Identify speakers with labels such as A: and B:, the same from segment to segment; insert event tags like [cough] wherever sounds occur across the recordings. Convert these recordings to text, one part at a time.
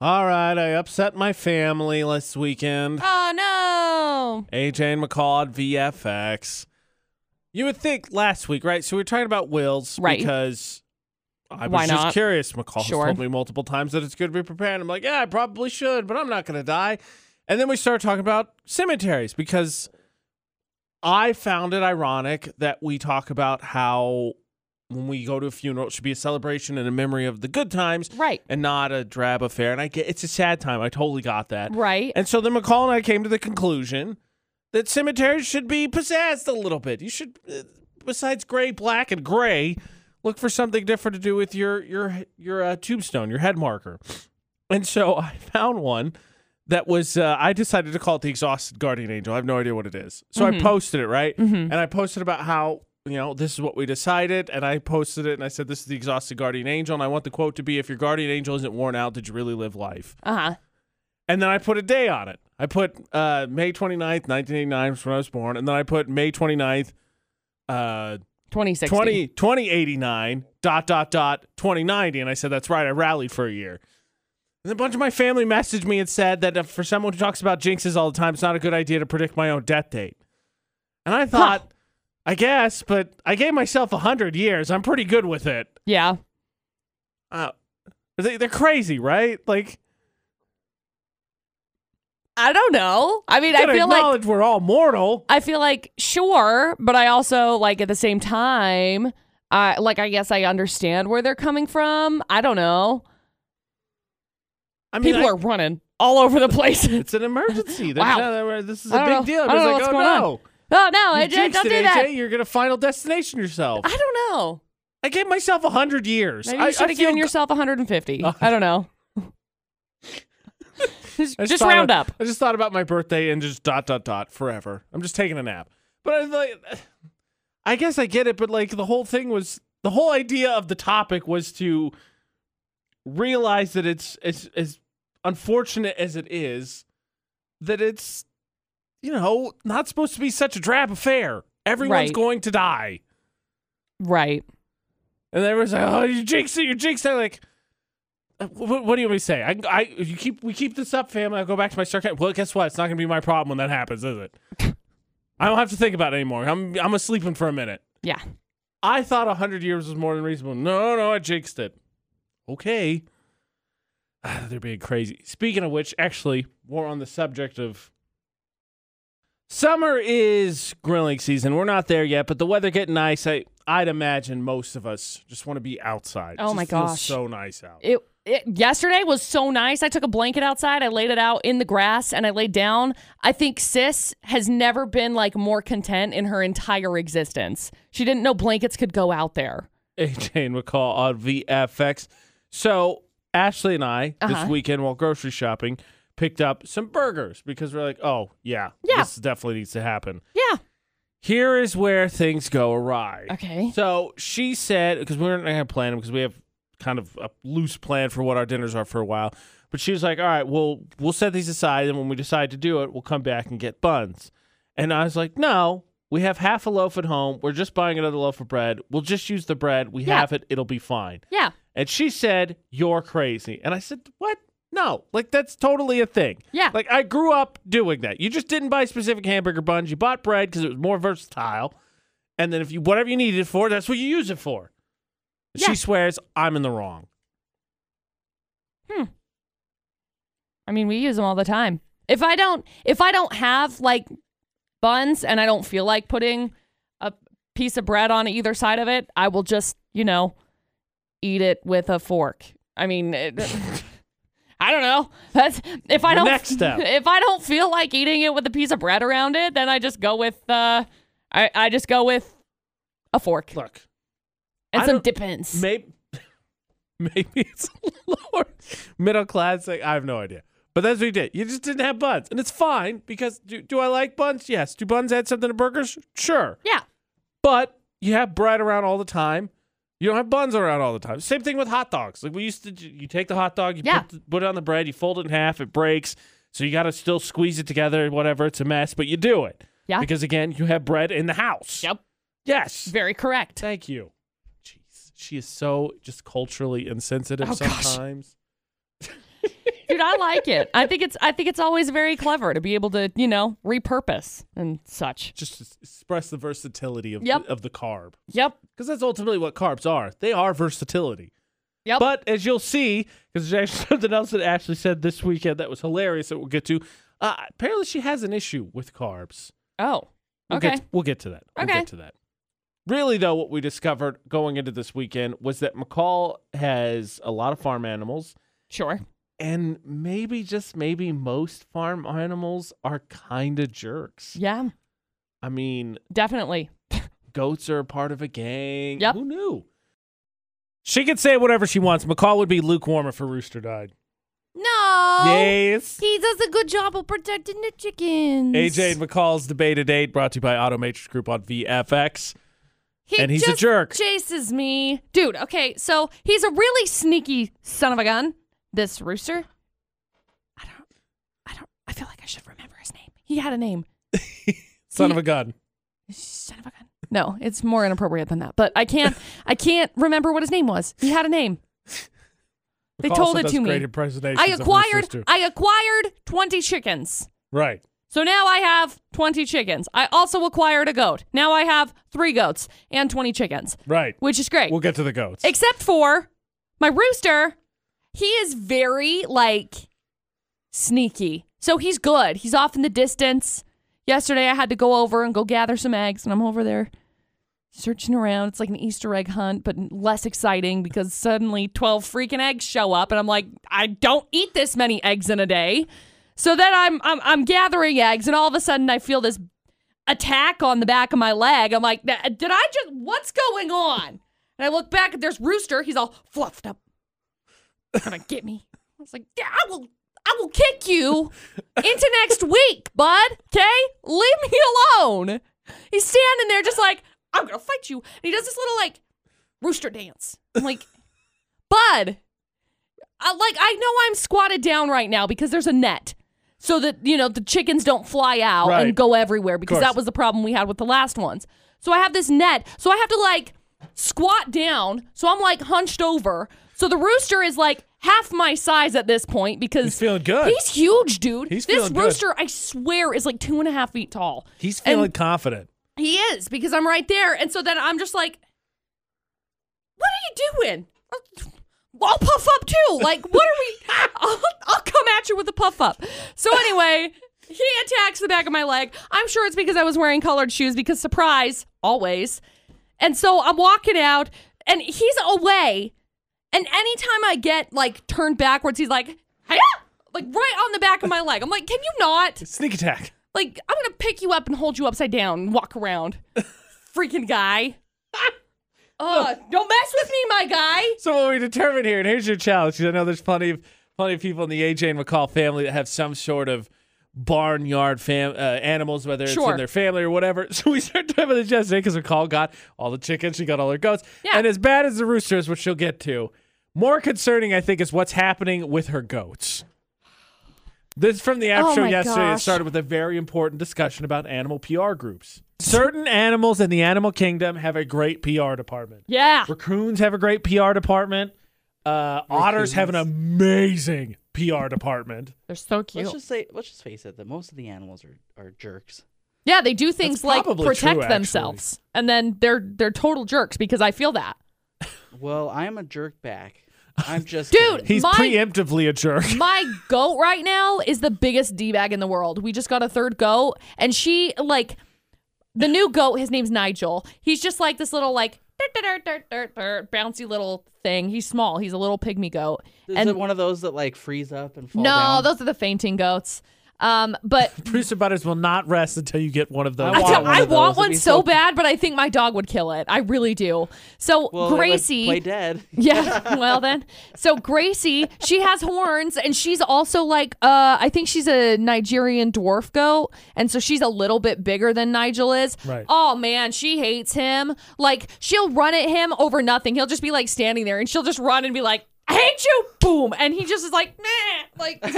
A: All right, I upset my family last weekend.
B: Oh
A: AJ and McCall at VFX. You would think last week, right? So we were talking about wills
B: Right.
A: because I was
B: Why
A: just
B: not?
A: curious. McCall has
B: Sure.
A: told me multiple times that it's good to be prepared. I'm like, yeah, I probably should, but I'm not going to die. And then we started talking about cemeteries because I found it ironic that we talk about how when we go to a funeral, it should be a celebration and a memory of the good times
B: no. Right.
A: and not a drab affair. And I get it's a sad time. I totally got that.
B: Right.
A: And so then McCall and I came to the conclusion that cemeteries should be possessed a little bit. You should, uh, besides gray, black, and gray, look for something different to do with your your your uh, tombstone, your head marker. And so [laughs] I found one that was. Uh, I decided to call it the Exhausted Guardian Angel. I have no idea what it is, so I
B: Mhm.
A: posted it right,
B: Mm-hmm.
A: and I posted about how. You know, this is what we decided, and I posted it, and I said, "This is the exhausted guardian angel," and I want the quote to be, "If your guardian angel isn't worn out, did you really live life?"
B: Uh huh.
A: And then I put a day on it. I put uh, May 29th, 1989 was when I was born. And then I put May 29th, uh,
B: 2060.
A: 20, 2089, dot, dot, dot, 2090. And I said, that's right. I rallied for a year. And a bunch of my family messaged me and said that uh, for someone who talks about jinxes all the time, it's not a good idea to predict my own death date. And I thought, I guess, but I gave myself 100 years. I'm pretty good with it.
B: Yeah.
A: Uh, they, they're crazy, right? Like,
B: I don't know. I mean,
A: you
B: I
A: gotta
B: feel like
A: acknowledge we're all mortal.
B: I feel like sure, but I also like at the same time, I like I guess I understand where they're coming from. I don't know.
A: I mean,
B: People
A: I-
B: are running all over
A: [laughs]
B: the place. [laughs] oh
A: It's an emergency. They're
B: Wow.
A: trying to- this is a
B: I
A: big
B: don't know.
A: deal.
B: I
A: Everyone's
B: don't know
A: like,
B: what's
A: oh
B: going on. Oh,
A: no.
B: no,
A: You
B: AJ, don't
A: jinxed
B: do
A: it,
B: that.
A: AJ. You're going to final destination yourself.
B: [laughs] I don't know.
A: I gave myself 100 years.
B: Maybe
A: I,
B: you should
A: I
B: have
A: feel
B: given
A: g- [laughs]
B: yourself 150.
A: Uh,
B: I don't know. just
A: I
B: just
A: thought
B: round
A: about-
B: up.
A: I just thought about my birthday and just dot, dot, dot forever. I'm just taking a nap. But I, was like, I guess I get it, but like the whole thing was the whole idea of the topic was to realize that it's it's as unfortunate as it is that it's you know not supposed to be such a drab affair. Everyone's
B: Right.
A: going to die.
B: Right.
A: And everyone's like, "Oh, you jinxed it! You jinxed it!" Like, "Uh, what, what do you want me to say? I, I, you keep we keep this up, family. I'll go back to my circuit. Well, guess what? It's not gonna be my problem when that happens, is it? [laughs] I don't have to think about it anymore. I'm I'm asleeping for a minute.
B: Yeah.
A: I thought hundred years was more than reasonable. No, no, I jinxed it. Okay. [sighs] Ah, They're being crazy. Speaking of which, actually, we're on the subject of summer is grilling season. We're not there yet, but the weather getting nice. I I'd imagine most of us just want to be outside. It
B: Oh my
A: just feels
B: gosh.
A: so nice out.
B: It, it yesterday was so nice. I took a blanket outside, I laid it out in the grass, and I laid down. I think sis has never been like more content in her entire existence. She didn't know blankets could go out there.
A: AJ and McCall on VFX. So Ashley and I
B: Uh-huh.
A: this weekend while grocery shopping picked up some burgers because we're like, oh yeah,
B: Yeah.
A: this definitely needs to happen.
B: Yeah.
A: Here is where things go awry.
B: Okay.
A: So she said because we're not gonna plan them because we have kind of a loose plan for what our dinners are for a while. But she was like, all right, well we'll set these aside, and when we decide to do it, we'll come back and get buns. And I was like, no, we have half a loaf at home. We're just buying another loaf of bread. We'll just use the bread. We
B: Yeah.
A: have it. It'll be fine.
B: Yeah.
A: And she said, You're crazy. And I said, What? No, like that's totally a thing.
B: Yeah.
A: Like I grew up doing that. You just didn't buy specific hamburger buns. You bought bread because it was more versatile. And then if you whatever you needed it for, that's what you use it for.
B: Yeah.
A: She swears I'm in the wrong.
B: I mean, we use them all the time. If I don't, if I don't have like buns and I don't feel like putting a piece of bread on either side of it, I will just, you know, eat it with a fork. I
A: [laughs]
B: mean, it, I don't know. That's if I
A: Your
B: don't.
A: next step.
B: [laughs] If I don't feel like eating it with a piece of bread around it, then I just go with. Uh, I I just go with a fork
A: Look,
B: and
A: I
B: some
A: don't-
B: dippins.
A: maybe [laughs] maybe it's lower middle class. Like, I have no idea. But that's what you did. You just didn't have buns. And it's fine because do, do I like buns? Yes. Do buns add something to burgers? Sure.
B: yeah.
A: but you have bread around all the time. You don't have buns around all the time. Same thing with hot dogs. Like we used to, you take the hot dog, you
B: Yeah.
A: put, the, put it on the bread, you fold it in half, it breaks. So you got to still squeeze it together, whatever. It's a mess, but you do it.
B: Yeah.
A: Because again, you have bread in the house.
B: Yep.
A: Yes.
B: Very correct.
A: Thank you. Jeez. She is so just culturally insensitive
B: Oh, gosh.
A: sometimes.
B: Dude, I like it. I think it's I think it's always very clever to be able to, you know, repurpose and such.
A: Just to express the versatility of
B: Yep.
A: the, of the carb,
B: Yep.
A: because that's ultimately what carbs are. They are versatility.
B: Yep.
A: But as you'll see, because there's actually [laughs] something else that Ashley said this weekend that was hilarious that we'll get to. Uh, apparently, she has an issue with carbs.
B: Oh.
A: We'll
B: Okay.
A: Get we'll get to that. We'll
B: Okay.
A: get to that. Really, though, what we discovered going into this weekend was that McCall has a lot of farm animals,
B: Sure.
A: and maybe just maybe most farm animals are kind of jerks.
B: Yeah.
A: I mean,
B: Definitely.
A: goats are a part of a gang.
B: Yep.
A: Who knew? She could say whatever she wants. McCall would be lukewarm if her rooster died.
B: No.
A: Yes.
B: Oh, He does a good job of protecting the chickens.
A: AJ and McCall's debate at eight brought to you by Automatrix Group on VFX.
B: He
A: and he's a
B: just
A: jerk.
B: Chases me. Dude, okay, so he's a really sneaky son of a gun. This rooster. I don't I don't I feel like I should remember his name. He had a name.
A: Son of a gun.
B: Son of a gun. No, it's more inappropriate than that. But I can't I can't remember what his name was. He had a name. They
A: McCall
B: told it
A: sometimes
B: to me.
A: Great impersonations
B: I
A: of roosters,
B: acquired
A: too.
B: I acquired 20 chickens.
A: Right.
B: So now I have 20 chickens. I also acquired a goat. Now I have 3 goats and 20 chickens,
A: Right.
B: which is great.
A: We'll get to the goats.
B: Except for my rooster, he is very like sneaky. So he's good. He's off in the distance. Yesterday I had to go over and go gather some eggs and I'm over there searching around. It's like an Easter egg hunt, but less exciting because suddenly 12 freaking eggs show up and I'm like, I don't eat this many eggs in a day. So then I'm I'm I'm gathering eggs and all of a sudden I feel this attack on the back of my leg. I'm like, "Th- did I just what's going on? And I look back and there's Rooster. He's all fluffed up. Gonna get me. I was like, "Yeah, I will I will kick you into next week, bud. Okay? Leave me alone. He's standing there just like, I'm gonna fight you. And he does this little like rooster dance. I'm like, bud. I, like I know I'm squatted down right now because there's a net. So that you know the chickens don't fly out
A: Right.
B: and go everywhere because
A: course.
B: that was the problem we had with the last ones. So I have this net. So I have to like squat down. So I'm like hunched over. So the rooster is like half my size at this point because
A: He's feeling good.
B: He's huge, dude.
A: He's
B: this
A: feeling good.
B: rooster, I swear, is like two and a half feet tall.
A: He's
B: And-
A: feeling confident.
B: He is because I'm right there, and so then I'm just like, "What are you doing? I'll puff up too. Like, what are we? I'll, I'll come at you with a puff up." So anyway, he attacks the back of my leg. I'm sure it's because I was wearing colored shoes. Because surprise, always. And so I'm walking out, and he's away. And anytime I get like turned backwards, he's like, "Hiya!" like right on the back of my leg. I'm like, "Can you not?"
A: Sneak attack.
B: Like, I'm gonna pick you up and hold you upside down and
A: [laughs]
B: walk around. Freaking guy. Uh, don't mess with me, my guy.
A: So what we determined here, and here's your challenge. 'cause I know there's plenty of plenty of people in the AJ and McCall family that have some sort of barnyard fam uh, animals, whether it's
B: Sure.
A: in their family or whatever. [laughs] So we started talking about this yesterday because McCall got all the chickens, she got all her goats,
B: Yeah.
A: and as bad as the roosters, which she'll get to, more concerning I think is what's happening with her goats. This from the after
B: Oh
A: show
B: my
A: yesterday. It
B: gosh.
A: started with a very important discussion about animal PR groups. Certain animals in the animal kingdom have a great PR department.
B: Yeah.
A: Raccoons have a great PR department. Uh, otters have an amazing PR department.
B: They're so cute.
C: Let's just say, let's just face it. That most of the animals are, are jerks.
B: yeah, they do things like
A: probably
B: protect
A: true, actually.
B: themselves. And then they're they're total jerks because I feel that.
C: Well, I am a jerk back.
B: [laughs]
C: I'm just
B: Dude!
C: kidding.
A: He's
B: My-
A: preemptively a jerk. [laughs]
B: My goat right now is the biggest D bag in the world. We just got a third goat, and she like the new goat, his name's Nigel. He's just like this little like [laughs] dirt, dirt, dirt, dirt, dirt, bouncy little thing. He's small. He's a little pigmy goat.
C: Is
B: and
C: it one of those that like freeze up and fall
B: no,
C: down?
B: those are the fainting goats. Um,
C: [laughs]
B: but
A: Producer Butters will not rest until you get one of those.
B: [laughs]
C: I
B: I,
C: want
B: don't-
C: one
B: I want
C: of those. It'd
B: one
C: be
B: so
C: so-
B: bad, but I think my dog would kill it. I really do. So
C: Well, they, like,
B: Gracie,
C: play dead.
B: [laughs]
C: [laughs]
B: Yeah. Well then, so Gracie, she has horns, and she's also like, uh, I think she's a Nigerian dwarf goat, and so she's a little bit bigger than Nigel is.
A: Right.
B: Oh man, she hates him. Like she'll run at him over nothing. He'll just be like standing there, and she'll just run and be like. I hate you! Boom, and he just is like, nah, like it's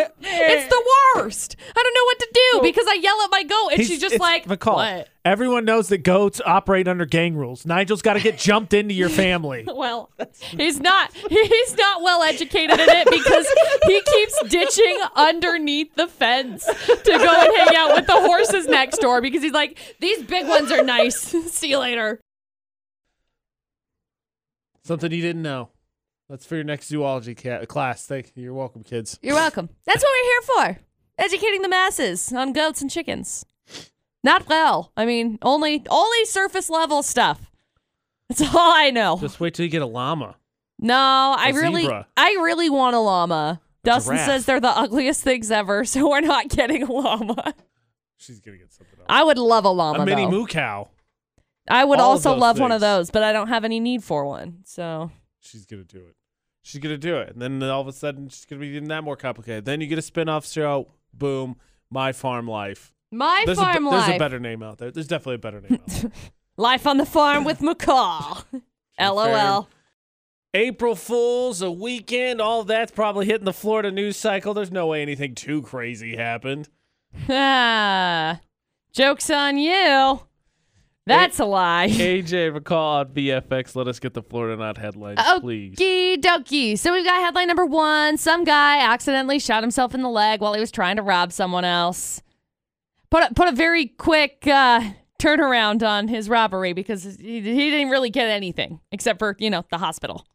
B: the worst. I don't know what to do because I yell at my goat, and And she's just
A: it's
B: like,
A: McCall.
B: what?
A: Everyone knows that goats operate under gang rules. Nigel's got to get jumped into your
B: [laughs]
A: family.
B: Well, he's not he's not well educated in it because he keeps ditching underneath the fence to go and hang out with the horses next door because he's like, these big ones are nice. [laughs] See you later.
A: Something you didn't know. That's for your next zoology ca- class. Thank you. You're welcome, kids.
B: You're welcome. That's what we're here for. Educating the masses on goats and chickens. Not well. I mean, only only surface level stuff. That's all I know.
A: Just wait till you get a llama.
B: No, I
A: A
B: really,
A: zebra.
B: I really want a llama. Dustin
A: giraffe.
B: says they're the ugliest things ever, [laughs] so we're not getting a llama.
A: She's gonna get something else.
B: I would love a llama.
A: A mini
B: though.
A: moo cow.
B: I would
A: all of
B: also
A: those
B: love one
A: things.
B: of those, but I don't have any need for one. So
A: She's gonna do it. She's gonna do it. And then all of a sudden, she's gonna be even that more complicated. Then you get a spin-off show. Boom. My farm life.
B: my
A: there's
B: farm
A: a, be-
B: life,
A: There's a better name out there. There's definitely a better name.
B: [laughs]
A: out there.
B: life on the farm with
A: [laughs]
B: McCall. [laughs] LOL.
A: April Fools, a weekend, all that's probably hitting the Florida news cycle. There's no way anything too crazy happened.
B: Ah, jokes on you. That's a lie.
A: AJ McCall on BFX. Let us get the Florida Not headlines, please.
B: Okie dokie. So we've got headline number one. Some guy accidentally shot himself in the leg while he was trying to rob someone else. Put a, put a very quick uh, turnaround on his robbery because he, he didn't really get anything except for, you know, the hospital.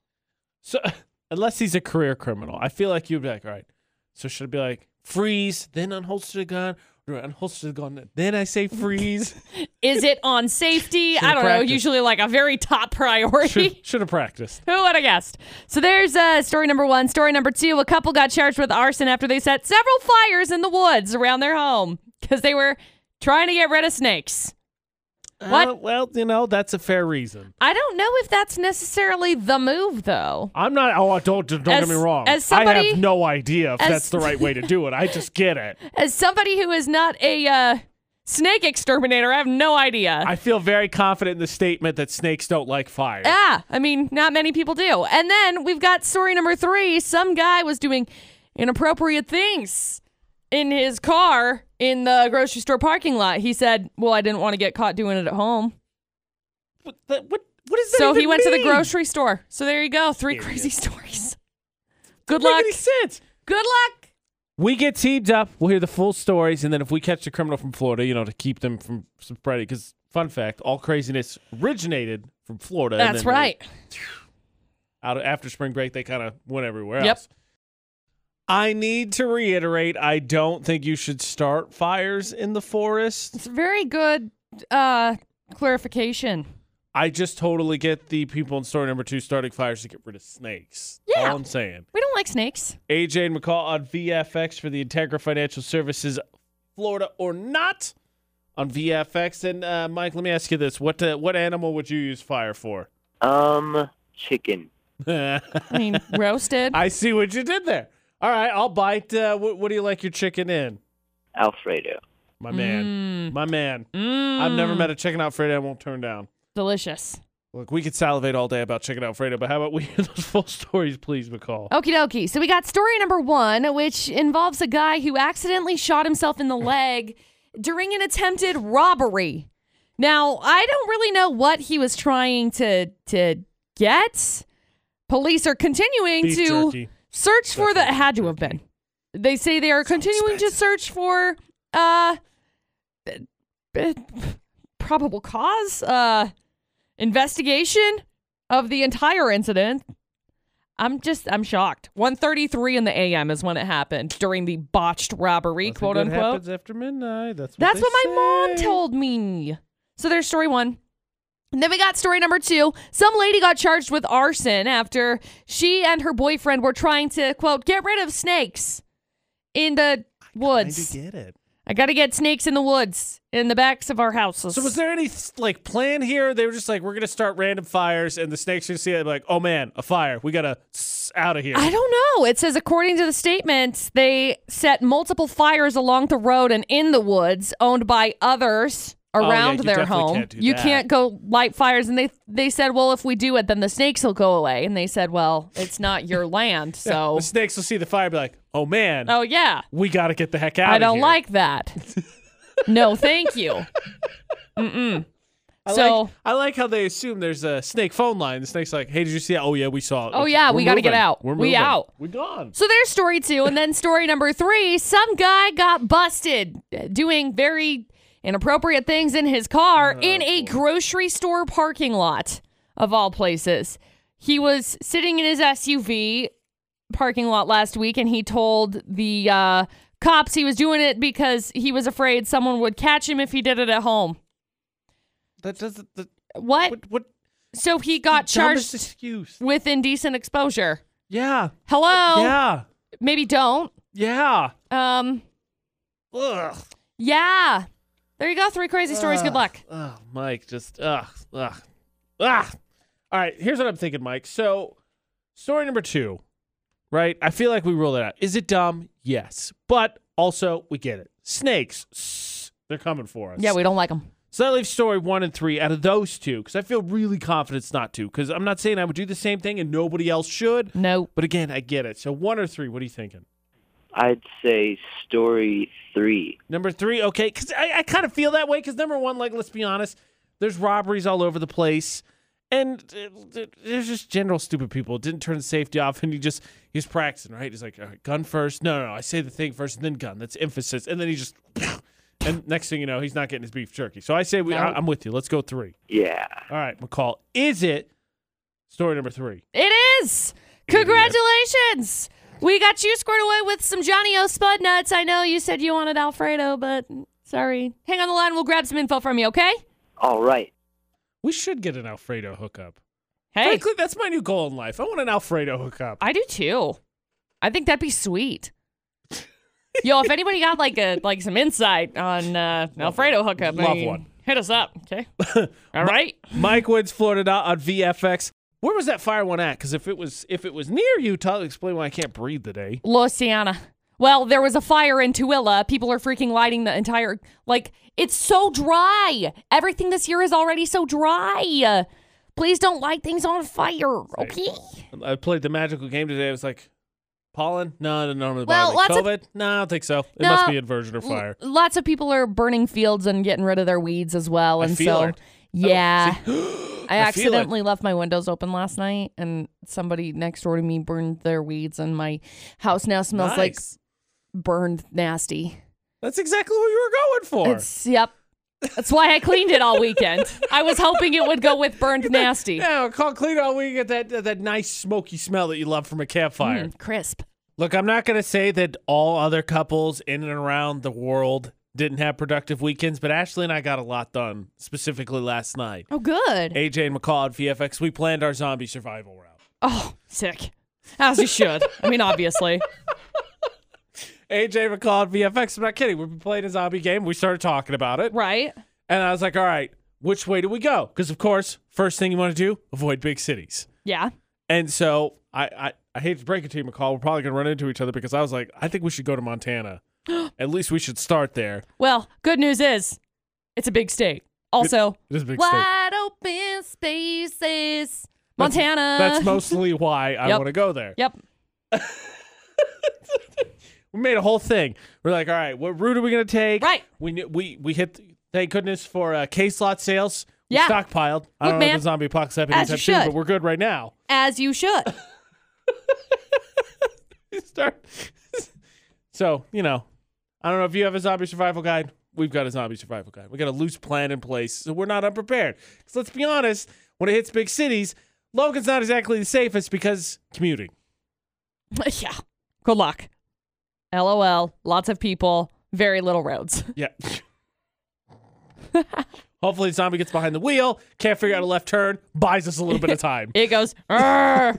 A: So, [laughs] unless he's a career criminal, I feel like you'd be like, all right. So should I be like freeze, then unholster the gun, or unholster the gun, then I say freeze?
B: Is it on safety? I
A: Should've
B: don't know.
A: practiced.
B: Usually like a very top priority.
A: [laughs] should, should have practiced.
B: [laughs] Who would have guessed? So there's uh, story number one. Story number two a couple got charged with arson after they set several fires in the woods around their home because they were trying to get rid of snakes. What?
A: Uh, well, you know that's a fair reason.
B: I don't know if that's necessarily the move, though.
A: I'm not. Oh, don't don't
B: As-
A: get me wrong.
B: as somebody-
A: I have no idea if
B: as-
A: that's the right way to do it. I just get
B: [laughs]
A: it.
B: As somebody who is not a uh, snake exterminator, I have no idea.
A: I feel very confident in the statement that snakes don't like fire.
B: Yeah, Ah, I mean, not many people do. And then we've got story number three. Some guy was doing inappropriate things in his car in the grocery store parking lot. He said, Well, I didn't want to get caught doing it at home.
A: What? the- What? What is that?
B: So he
A: even
B: went to the
A: mean?
B: grocery store. So there you go. Three
A: Idiot.
B: crazy stories. Good
A: Doesn't
B: luck.
A: Make any sense.
B: Good luck.
A: We get teamed up. We'll hear the full stories, and then if we catch a criminal from Florida, you know, to keep them from spreading. Because fun fact, all craziness originated from Florida. and
B: That's
A: then they-
B: right.
A: Out after spring break, they kind of went everywhere
B: Yep.
A: else. I need to reiterate: I don't think you should start fires in the forest.
B: It's a very good uh, clarification.
A: I just totally get the people in story number two starting fires to get rid of snakes.
B: Yeah.
A: all I'm saying.
B: We don't like snakes.
A: AJ and McCall on VFX for the Integra Financial Services, Florida or not, on VFX. And uh, Mike, let me ask you this: what uh, what animal would you use fire for? [laughs]
D: Um, chicken.
B: I mean, roasted.
A: I see what you did there. All right, I'll bite. Uh, what, what do you like your chicken in?
D: Alfredo.
A: My
B: Mm.
A: man, my man. I've never met a chicken Alfredo I won't turn down.
B: Delicious.
A: Look, we could salivate all day about chicken Alfredo, but how about we hear those full [laughs] stories, please, McCall?
B: Okie dokie. So we got story number one, which involves a guy who accidentally shot himself in the leg during an attempted robbery. Now, I don't really know what he was trying to to get. Police are continuing
A: Beef
B: to
A: jerky.
B: search for the it
A: Definitely
B: had to have been. They say they are continuing to search for uh b- b- probable cause uh investigation of the entire incident. I'm just I'm shocked. 1:33 in the a.m. is when it happened during the botched robbery,
A: Nothing
B: quote
A: good
B: unquote.
A: Happens after midnight. That's what
B: That's
A: they
B: what my mom
A: say.
B: told me. So there's story one. And then we got story number two. Some lady got charged with arson after she and her boyfriend were trying to, quote, get rid of snakes in the woods.
A: I do get it.
B: I got to get snakes in the woods in the backs of our houses.
A: So was there any like plan here? They were just like, we're gonna start random fires, and the snakes are gonna see it like, oh man, a fire, we gotta out of here.
B: I don't know. It says, according to the statement, they set multiple fires along the road and in the woods owned by others
A: Oh, yeah,
B: around
A: you
B: their
A: definitely
B: home.
A: can't do
B: you
A: that.
B: can't go light fires. And they they said, well, if we do it, then the snakes will go away. And they said, well, it's not your land.
A: [laughs]
B: So,
A: The snakes will see the fire, and be like, oh man,
B: oh, yeah,
A: we gotta get the heck out. [laughs]
B: I don't like that. No, thank you. Mm-mm.
A: I
B: so,
A: like, I like how they assume there's a snake phone line. The snake's like, "Hey, did you see? That? Oh yeah, we saw it.
B: Oh, yeah,
A: We're
B: we gotta get
A: moving.
B: out.
A: We're
B: We
A: moving.
B: out.
A: We gone."
B: so there's story two, and then story number three: some guy got busted doing very inappropriate things in his
C: Oh,
B: car in a grocery store parking lot, of all places. He was sitting in his SUV parking lot last week, and he told the uh, cops he was doing it because he was afraid someone would catch him if he did it at home.
C: That doesn't. That,
B: What?
C: what? What?
B: So he got
A: Dumbest
B: charged
A: excuse.
B: with indecent exposure.
A: Yeah.
B: Hello.
A: Yeah.
B: Maybe don't.
A: Yeah.
B: Um.
A: Ugh.
B: Yeah. There you go. Three crazy stories. Good
A: Ugh.
B: luck.
A: Ugh, Oh, Mike, just ugh, ugh, ugh. All right, here's what I'm thinking, Mike. So, story number two, right? I feel like we ruled it out. Is it dumb? Yes, but also we get it. Snakes, s- they're coming for us.
B: Yeah, we don't like them.
A: So that leaves story one and three out of those two, because I feel really confident it's not two. Because I'm not saying I would do the same thing and nobody else should,
B: No.
A: but again, I get it. So one or three? What are you thinking?
D: I'd say story three.
A: Number three, okay, because I, I kind of feel that way. Because number one, like, let's be honest, there's robberies all over the place, and uh, th- there's just general stupid people. Didn't turn the safety off, [laughs] and he just he's practicing, right? He's like, all right, gun first. No, no, no, I say the thing first, and then gun. That's emphasis, and then he just. [laughs] And next thing you know, he's not getting his beef jerky. So I say, we, I,
B: No.
A: I'm with you. Let's go three.
D: Yeah.
A: All right, McCall. Is it story number three?
B: It is. Congratulations. We got you squared away with some Johnny O Spud nuts. I know you said you wanted Alfredo, but sorry. Hang on the line. We'll grab some info from you. Okay.
D: All right.
A: We should get an Alfredo hookup.
B: Hey,
A: Frankly, that's my new goal in life. I want an Alfredo hookup.
B: I do too. I think that'd be [laughs] sweet. Yo, if anybody got like a like some insight on uh, Alfredo hookup, I
A: Love
B: mean,
A: one.
B: Hit us up. Okay. All right.
A: Mike Woods, Florida dot on VFX. Where was that fire one at? Because if it was if it was near Utah, explain why I can't breathe today.
B: Luciana. Well, there was a fire in Tooele. People are freaking lighting the entire like it's so dry. Everything this year is already so dry. Please don't light things on fire, okay?
A: I played the magical game today. I was like, pollen? No, it normally bother
B: Well,
A: me.
B: lots of-
A: COVID? no, I don't think so. It
B: No.
A: must be inversion or fire.
B: L- lots of people are burning fields and getting rid of their weeds as well,
A: I
B: and
A: feel
B: so
A: it. [gasps]
B: yeah.
A: Oh, see?
B: I
A: feel it.
B: accidentally left my windows open last night, and somebody next door to me burned their weeds, and my house now smells like
A: Nice.
B: burned nasty.
A: That's exactly what you were going for.
B: It's yep. That's why I cleaned it all weekend. I was hoping it would go with burned nasty.
A: Yeah, call clean all we get that, that that nice smoky smell that you love from a campfire.
B: Mm, crisp.
A: Look, I'm not going to say that all other couples in and around the world didn't have productive weekends, but Ashley and I got a lot done, specifically last night.
B: Oh, good.
A: AJ and McCall at VFX, we planned our zombie survival route.
B: Oh, sick. As you should. I mean, obviously.
A: AJ McCall at VFX, I'm not kidding. We've been playing a zombie game. We started talking about it.
B: Right?
A: And I was like, all right, which way do we go? Because, of course, first thing you want to do, avoid big cities.
B: Yeah.
A: And so I, I, I hate to break it to you, McCall. We're probably going to run into each other because I was like, I think we should go to
B: [gasps]
A: Montana. at least we should start there.
B: Well, good news is it's a big state. Also,
A: It is a big state.
B: wide open spaces. Montana.
A: That's
B: [laughs]
A: mostly why I
B: Yep.
A: want to go there.
B: Yep.
A: We made a whole thing. We're like, all right, what route are we going to take?
B: Right.
A: We knew- we we hit. Thank goodness for uh, case lot sales. We
B: Yeah.
A: stockpiled. I don't
B: Look,
A: know if
B: man,
A: the zombie apocalypse happened
B: as
A: anytime
B: you
A: soon,
B: should.
A: but we're good right now.
B: As you should. [laughs]
A: Start. [laughs] so you know, I don't know if you have a zombie survival guide. We've got a zombie survival guide. We got a loose plan in place, so we're not unprepared. Because let's be honest, when it hits big cities, Logan's not exactly the safest because commuting.
B: yeah. Good luck. LOL. Lots of people, very little roads.
A: Yeah. Hopefully, the zombie gets behind the wheel, can't figure out a left turn, buys us a little bit of time.
B: It goes, [laughs]
A: [laughs]
B: "Arr,"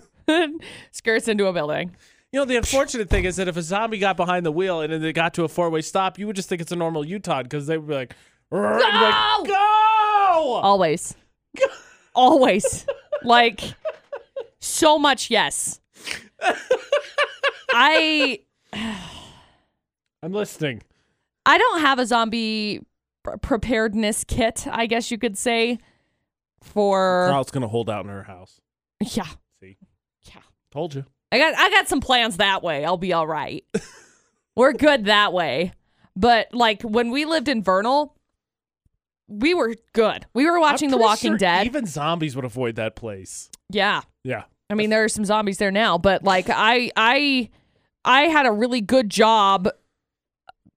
B: skirts into a building.
A: You know, the unfortunate thing is that if a zombie got behind the wheel and then they got to a four way stop, you would just think it's a normal Utah because they would be like, "Rrr," and be like,
B: Go!
A: Go!
B: Always. Always. Like so much yes. I
A: I'm listening.
B: I don't have a zombie pr- preparedness kit, I guess you could say for
A: Carl's going to hold out in her house.
B: yeah.
A: See?
B: Yeah.
A: Told you.
B: I got I got some plans that way. I'll be all right. We're good that way. But like when we lived in Vernal, we were good. We were watching
A: I'm
B: The
A: pretty
B: Walking
A: sure
B: Dead.
A: Even zombies would avoid that place.
B: yeah.
A: Yeah.
B: I mean, there are some zombies there now, but like I I I had a really good job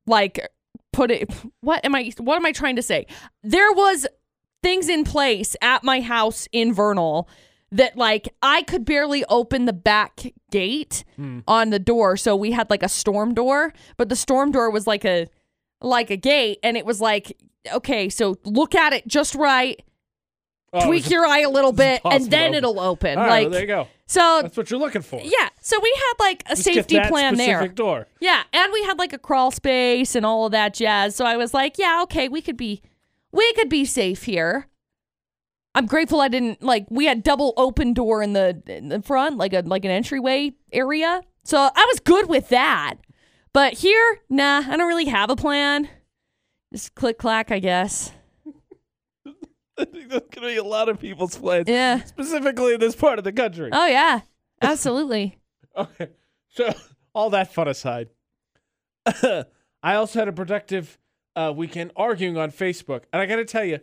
B: like put it what am I what am I trying to say? There was things in place at my house in Vernal that like I could barely open the back gate
A: Hmm.
B: on the door, so we had like a storm door, but the storm door was like a like a gate and it was like okay, so look at it just right,
A: Oh, it
B: tweak
A: was-
B: your eye a little bit and
A: impossible to
B: then
A: open.
B: it'll open.
A: All right,
B: like
A: well, there you go.
B: so
A: That's what you're looking for.
B: yeah, so we had like a
A: Just get
B: safety
A: that
B: plan there.
A: specific Door.
B: Yeah, and we had like a crawl space and all of that jazz. So I was like, yeah, okay, we could be we could be safe here. I'm grateful I didn't like we had double open door in the in the front, like a like an entryway area. So I was good with that. But here, nah, I don't really have a plan. Just click clack, I guess.
A: [laughs] I think that's gonna be a lot of people's plans.
B: Yeah.
A: Specifically in this part of the country.
B: Oh yeah. Absolutely.
A: Okay. So, [laughs] all that fun aside, [coughs] I also had a productive uh, weekend arguing on Facebook. And I got to tell you,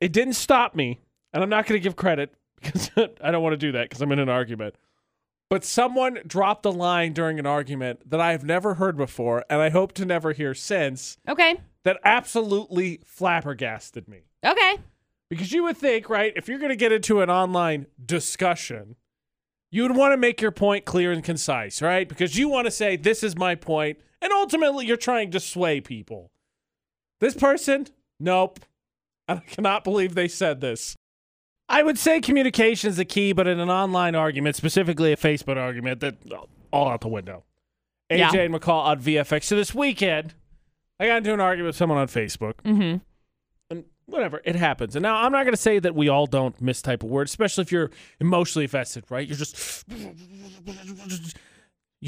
A: it didn't stop me. And I'm not going to give credit [laughs] because I don't want to do that because I'm in an argument. But someone dropped a line during an argument that I have never heard before and I hope to never hear since
B: [laughs] Okay.
A: that absolutely flabbergasted me.
B: Okay.
A: Because you would think, right, if you're going to get into an online discussion, you would want to make your point clear and concise, right? Because you want to say, this is my point, And ultimately, you're trying to sway people. This person, nope. I cannot believe they said this. I would say communication is the key, but in an online argument, specifically a Facebook argument, that uh, all out the window. AJ
B: Yeah.
A: and McCall on VFX. So this weekend, I got into an argument with someone on Facebook
B: Mhm.
A: and whatever it happens and now i'm not going to say that we all don't mistype a word especially if you're emotionally invested right you're just you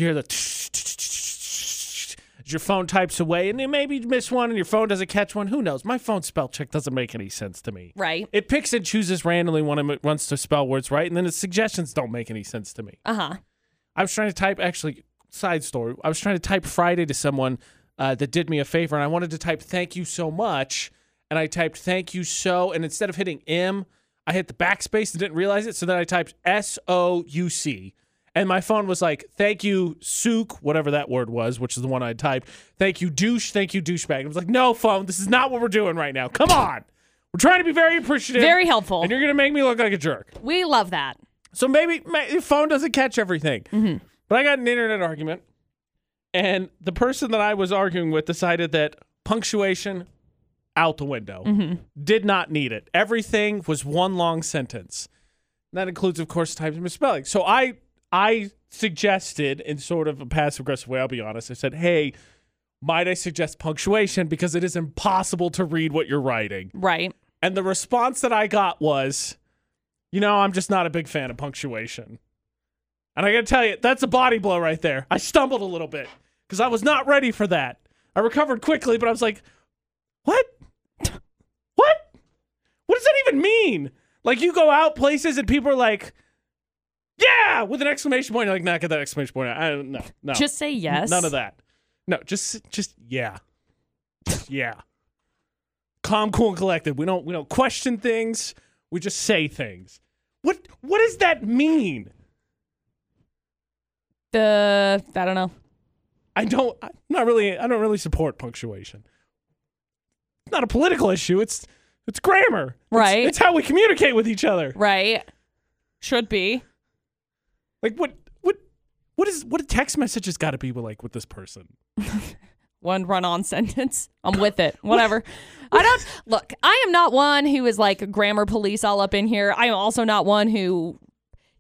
A: hear the as your phone types away and then maybe you miss one and your phone doesn't catch one who knows my phone spell check doesn't make any sense to me
B: Right.
A: it picks and chooses randomly when it wants to spell words right and then its suggestions don't make any sense to me
B: Uh-huh.
A: I was trying to type actually side story. I was trying to type Friday to someone uh, that did me a favor, and I wanted to type thank you so much, and I typed thank you so, and instead of hitting M, I hit the backspace and didn't realize it, so then I typed S O U C. And my phone was like, thank you, souk, whatever that word was, which is the one I typed. Thank you, douche. Thank you, douchebag. I was like, no, phone, this is not what we're doing right now. Come on. We're trying to be very appreciative.
B: Very helpful.
A: And you're going to make me look like a jerk.
B: We love that.
A: So maybe my the phone doesn't catch everything. But I got in an internet argument, and the person that I was arguing with decided that punctuation out the window. Did not need it. Everything was one long sentence. And that includes, of course, times misspelling. So I I suggested in sort of a passive aggressive way, I'll be honest. I said, hey, might I suggest punctuation because it is impossible to read what you're writing.
B: Right.
A: And the response that I got was, you know, I'm just not a big fan of punctuation. And I gotta tell you, that's a body blow right there. I stumbled a little bit because I was not ready for that. I recovered quickly, but I was like, what? [laughs] What? What does that even mean? Like, you go out places and people are like, yeah, with an exclamation point. You're like, nah, get that exclamation point out. I don't know. No.
B: Just say yes.
A: None of that. No, just just yeah. Just yeah. Calm, cool, and collected. We don't we don't question things. We just say things. What what does that mean?
B: The I don't know.
A: I don't I'm not really I don't really support punctuation. It's not a political issue. It's it's grammar. It's-
B: Right.
A: It's, how we communicate with each other.
B: Right. Should be.
A: Like what what what is what a text message has got to be with, like with this person?
B: One run on [laughs] sentence. I'm
A: [laughs]
B: with it. Whatever. I don't look, I am not one who is like grammar police all up in here. I am also not one who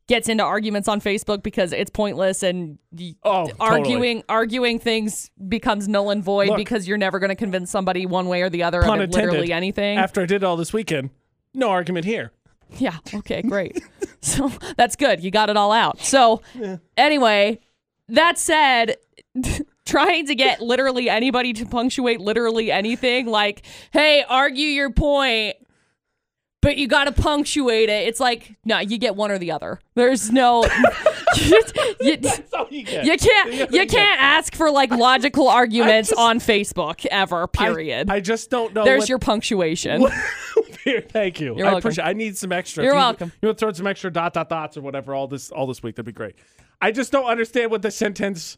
B: gets into arguments on Facebook because it's pointless and y-
A: Oh, totally.
B: arguing arguing things becomes null and void
A: Look.
B: because you're never going to convince somebody one way or the other
A: Pun
B: of it,
A: intended.
B: literally anything.
A: After I did all this weekend, no argument here. [laughs]
B: [laughs] Yeah. Okay. Great. [laughs] so that's good. You got it all out. So anyway, that said, [laughs] trying to get literally anybody to punctuate literally anything, like, hey, argue your point, but you got to punctuate it. It's like, no, [laughs] you get one or the other. There's no. you, you,
A: So you get.
B: you can't you
A: Yeah.
B: can't ask for like logical arguments on Facebook ever.
A: I-
B: Period.
A: I, just don't know.
B: There's
A: [laughs] what-
B: your punctuation.
A: Here, Thank you.
B: You're
A: I
B: welcome.
A: appreciate. I need some extra. If
B: You're
A: you-
B: welcome.
A: You know, throw in some extra dot dot dots or whatever all this all this week. That'd be great. I just don't understand what the sentence.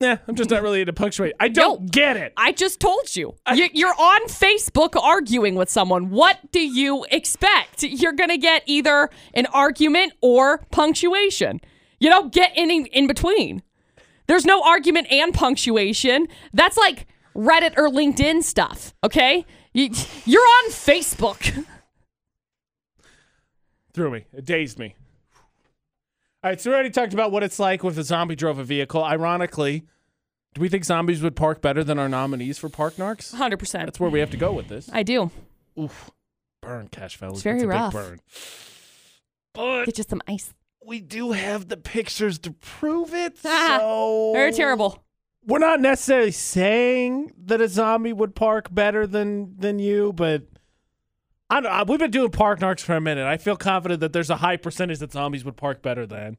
A: Nah, I'm just not really into punctuate. I don't
B: No.
A: get it.
B: I just told you. you. You're on Facebook arguing with someone. What do you expect? You're going to get either an argument or punctuation. You don't get any in between. There's no argument and punctuation. That's like Reddit or LinkedIn stuff, okay? You, you're on Facebook. [laughs]
A: Threw me. It dazed me. All right, so we already talked about what it's like if a zombie drove a vehicle. Ironically, do we think zombies would park better than our nominees for park narcs?
B: 100%.
A: That's where we have to go with this.
B: I do.
A: Oof. Burn, cash fellas.
B: It's
A: That's
B: very
A: a big
B: rough.
A: burn. But
B: Get you some ice.
A: we do have the pictures to prove it.
B: [laughs] Ah,
A: so
B: They're terrible.
A: We're not necessarily saying that a zombie would park better than than you, but I don't. I- We've been doing park narcs for a minute. I feel confident that there's a high percentage that zombies would park better than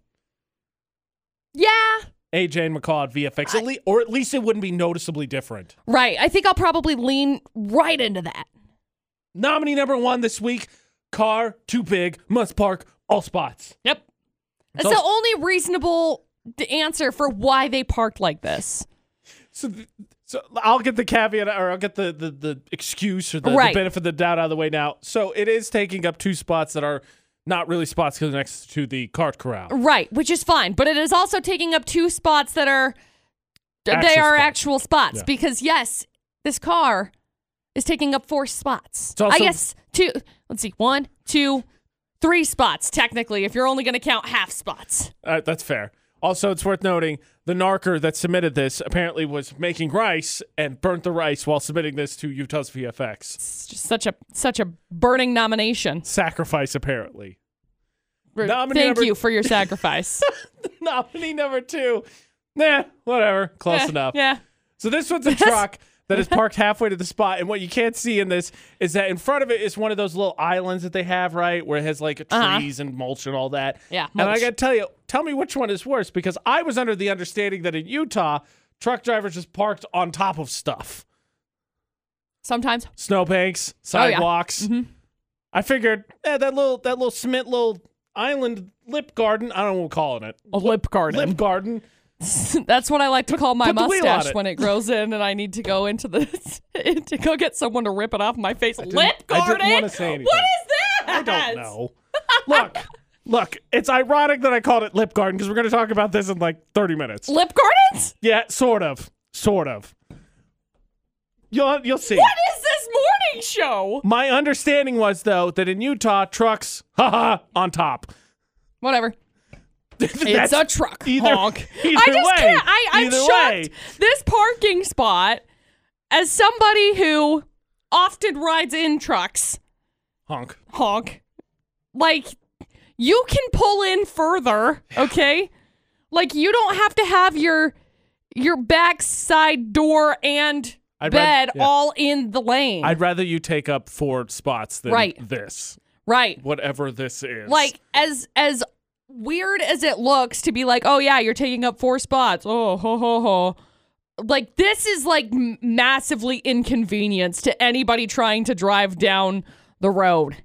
B: Yeah.
A: AJ and McCall at VFX, at le- or at least it wouldn't be noticeably different.
B: Right. I think I'll probably lean right into that.
A: Nominee number one this week: car too big, must park all spots.
B: Yep. That's
A: So-
B: the only reasonable d- answer for why they parked like this.
A: So, th- so I'll get the caveat, or I'll get the the, the excuse or the, the
B: Right.
A: benefit of the doubt out of the way now. So it is taking up two spots that are not really spots because next to the cart corral.
B: Right, which is fine, but it is also taking up two spots that are th- they
A: Actual
B: are
A: spots.
B: actual spots
A: Yeah.
B: because yes, this car is taking up four spots.
A: also-
B: I guess two. Let's see, one, two, three spots technically. If you're only going to count half spots,
A: Uh, that's fair. Also, it's worth noting the narker that submitted this apparently was making rice and burnt the rice while submitting this to Utah's VFX.
B: it's just such a such a burning nomination.
A: Sacrifice, apparently. [laughs]
B: R-
A: Nominee
B: Thank
A: number-
B: you for your sacrifice.
A: Nominee number two. Nah, whatever. [laughs] Close
B: [laughs] Yeah,
A: enough.
B: Yeah.
A: So this one's a truck that is
B: [laughs]
A: parked halfway to the spot, and what you can't see in this is that in front of it is one of those little islands that they have, right, where it has like trees
B: Uh-huh.
A: and mulch and all that.
B: Yeah,
A: And I
B: mulch.
A: gotta tell you, tell me which one is worse because I was under the understanding that in Utah, truck drivers just parked on top of stuff,
B: Sometimes
A: snowbanks,
B: Oh, yeah. Mm-hmm.
A: sidewalks. I figured eh, that little that little cement little island lip garden. I don't know what we're calling it.
B: a lip garden.
A: Lip garden.
B: [laughs] That's what I like to call my
A: put the wheel on
B: mustache
A: it.
B: when it grows in, and I need to go into the [laughs] to go get someone to rip it off my face. Lip
A: I didn't
B: garden.
A: wanna say anything.
B: What is that?
A: I don't know. Look, look, it's ironic that I called it lip garden because we're going to talk about this in like 30 minutes.
B: Lip gardens?
A: Yeah, sort of, sort of. You'll you'll see.
B: What is this morning show?
A: My understanding was though that in Utah trucks, haha, on top. [laughs]
B: Whatever.
A: That's-
B: it's a truck.
A: either-
B: honk.
A: [laughs] either
B: I just
A: way,
B: can't. I, I'm
A: either
B: shocked.
A: way.
B: This parking spot, as somebody who often rides in trucks,
A: honk.
B: honk. Like, you can pull in further, okay? like, you don't have to have your your backside door and
A: I'd
B: bed
A: rather- yeah.
B: all in the lane,
A: I'd rather you take up four spots than
B: Right.
A: this,
B: right?
A: whatever this is.
B: Like, as as weird as it looks to be like, oh yeah, you're taking up four spots. Oh ho ho ho. Like this is like m- massively inconvenience to anybody trying to drive down the road.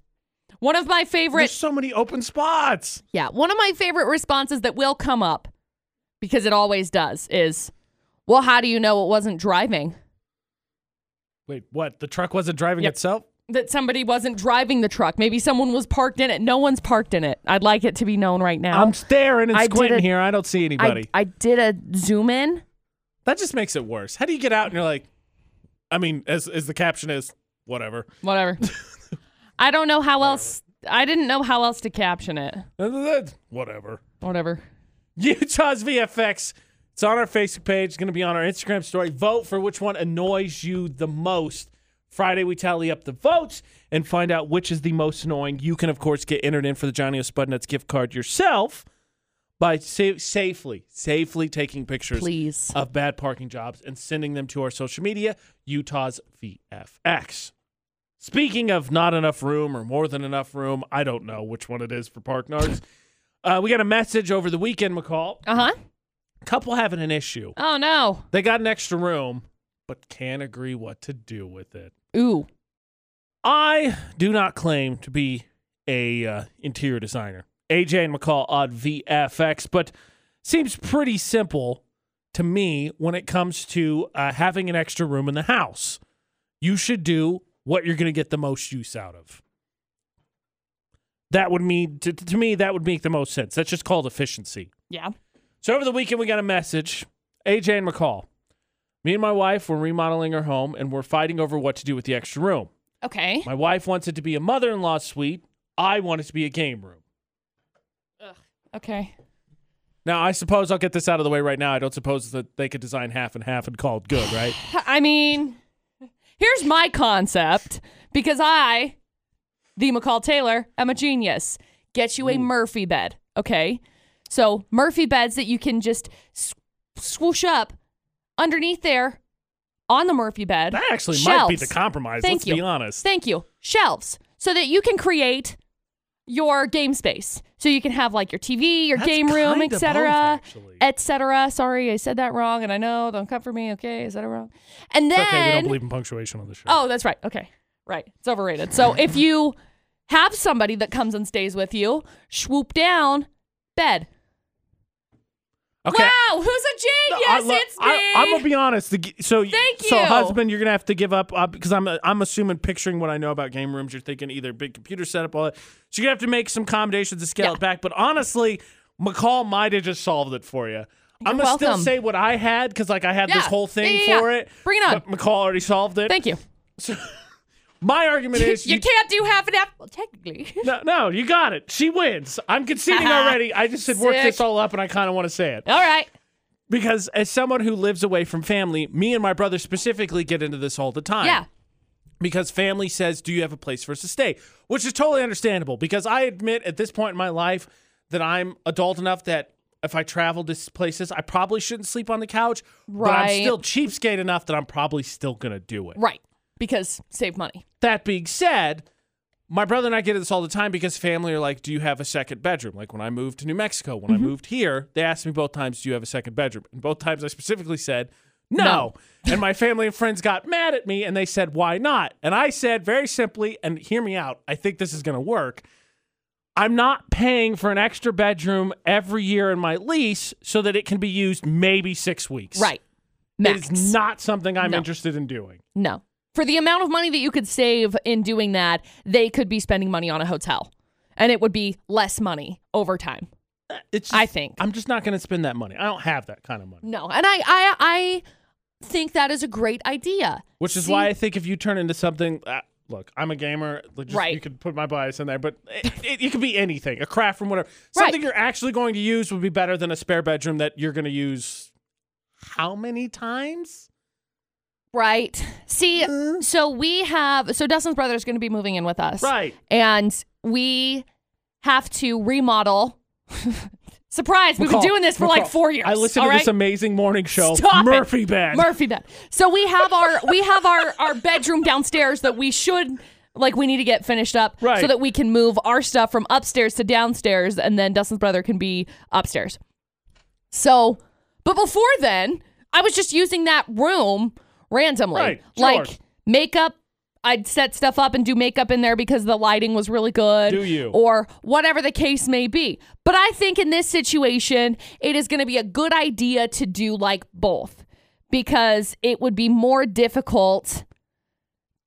B: One of my favorite
A: there's so many open spots.
B: Yeah, one of my favorite responses that will come up because it always does is, "Well, how do you know it wasn't driving?
A: Wait, what? The truck wasn't driving
B: Yep.
A: itself?
B: That somebody wasn't driving the truck. Maybe someone was parked in it. No one's parked in it. I'd like it to be known right now.
A: I'm staring and
B: I
A: squinting
B: didn't-
A: here. I don't see
B: I,
A: anybody.
B: I did a zoom in.
A: That just makes it worse. How do you get out and you're like, I mean, as as the caption is, whatever.
B: [laughs] Whatever. I don't know how else. I didn't know how else to caption it.
A: whatever.
B: Whatever.
A: Utah's VFX. It's on our Facebook page. It's going to be on our Instagram story. Vote for which one annoys you the most. Friday, we tally up the votes and find out which is the most annoying. You can, of course, get entered in for the Johnny O'Spudnuts gift card yourself by sa- safely, safely taking pictures
B: Please.
A: of bad parking jobs and sending them to our social media, Utah's VFX. Speaking of not enough room or more than enough room, I don't know which one it is for Park Nards. Uh, we got a message over the weekend, McCall.
B: Uh huh.
A: Couple having an issue.
B: Oh no.
A: They got an extra room, but can't agree what to do with it.
B: Ooh.
A: I do not claim to be a uh, interior designer. AJ and McCall on VFX, but seems pretty simple to me when it comes to uh, having an extra room in the house. You should do what you're going to get the most use out of. That would mean to, to me that would make the most sense. That's just called efficiency.
B: Yeah.
A: So over the weekend, we got a message. AJ and McCall. Me and my wife were remodeling our home and we're fighting over what to do with the extra room.
B: Okay.
A: My wife wants it to be a mother in law suite. I want it to be a game room.
B: Okay.
A: Now, I suppose I'll get this out of the way right now. I don't suppose that they could design half and half and call it good, right?
B: [sighs] I mean, here's my concept because I, the McCall Taylor, am a genius. Get
A: Mm.
B: you a Murphy bed, okay? So, Murphy beds that you can just s- swoosh up underneath there on the Murphy bed.
A: That actually might be
B: Shelves.
A: the compromise.
B: Thank
A: let's
B: you.
A: be honest.
B: Thank you. Shelves so that you can create your game space. So you can have like your TV, your
A: That's
B: game room,
A: kinda both,
B: etc.,
A: actually.
B: etc. Sorry, I said that wrong, and I know. Don't come for me. Okay, is that wrong? And
A: It's
B: then
A: okay, we don't believe in punctuation on the show.
B: Oh, that's right. Okay. Right. It's overrated. So if you have somebody that comes and stays with you, swoop down, bed. Oh,
A: okay.
B: Wow, who's a genius?
A: I lo-
B: it's me.
A: I, am gonna be honest. The, g- so
B: Thank
A: So
B: you.
A: husband, you're gonna have to give up uh, because I'm uh, I'm assuming picturing what I know about game rooms. You're thinking either big computer setup, all that. So you're gonna have to make some accommodations to scale
B: Yeah.
A: it back. But honestly, McCall might have just solved it for you. I'm
B: You're
A: gonna still
B: welcome.
A: say what I had because like I had this
B: Yeah.
A: whole thing
B: Yeah, yeah, yeah.
A: for it.
B: Bring it on.
A: But McCall already solved it.
B: Thank you.
A: My argument is
B: [laughs] you can't do half and half. Well, technically.
A: No, no, you got it. She wins. I'm conceding already. I just said work
B: Uh-huh. Sick.
A: this all up, and I kind of want to say it.
B: All right.
A: because as someone who lives away from family, me and my brother specifically get into this all the time.
B: Yeah.
A: Because family says, "Do you have a place for us to stay?" Which is totally understandable. Because I admit at this point in my life that I'm adult enough that if I travel to places, I probably shouldn't sleep on the couch. But I'm
B: Right.
A: still cheapskate enough that I'm probably still gonna do it.
B: Right. Because save money.
A: That being said, my brother and I get this all the time because family are like, Do you have a second bedroom? Like when I moved to New Mexico, when
B: Mm-hmm.
A: I moved here, they asked me both times, Do you have a second bedroom? And both times I specifically said, No.
B: No.
A: and my family and friends got mad at me and they said, Why not? And I said very simply, and hear me out, I think this is going to work. I'm not paying for an extra bedroom every year in my lease so that it can be used maybe six weeks.
B: Right. Max.
A: It's not something I'm
B: No.
A: interested in doing.
B: No. For the amount of money that you could save in doing that, they could be spending money on a hotel. And it would be less money over time.
A: It's
B: I think.
A: I'm just not going to spend that money. I don't have that kind of money.
B: No. And I I I think that is a great idea.
A: Which is
B: See?
A: why I think if you turn into something, uh, look, I'm a gamer. Like just,
B: Right.
A: You could put my bias in there, but it, it, it could be anything, a craft from whatever. Something
B: Right.
A: you're actually going to use would be better than a spare bedroom that you're going to use how many times?
B: Right. See, so we have so Dustin's brother is going to be moving in with us.
A: Right.
B: And we have to remodel. [laughs] Surprise, we've been
A: McCall,
B: doing this for like
A: McCall,
B: 4 years.
A: I listened
B: all
A: to
B: right?
A: this amazing morning show,
B: Stop it.
A: Murphy Bed.
B: Murphy bed. So we have our we have our our bedroom downstairs that we should like we need to get finished up
A: Right.
B: so that we can move our stuff from upstairs to downstairs and then Dustin's brother can be upstairs. So, but before then, I was just using that room randomly.
A: Right,
B: Like
A: yours.
B: makeup I'd set stuff up and do makeup in there because the lighting was really good.
A: Do you?
B: Or whatever the case may be. But I think in this situation, it is going to be a good idea to do like both because it would be more difficult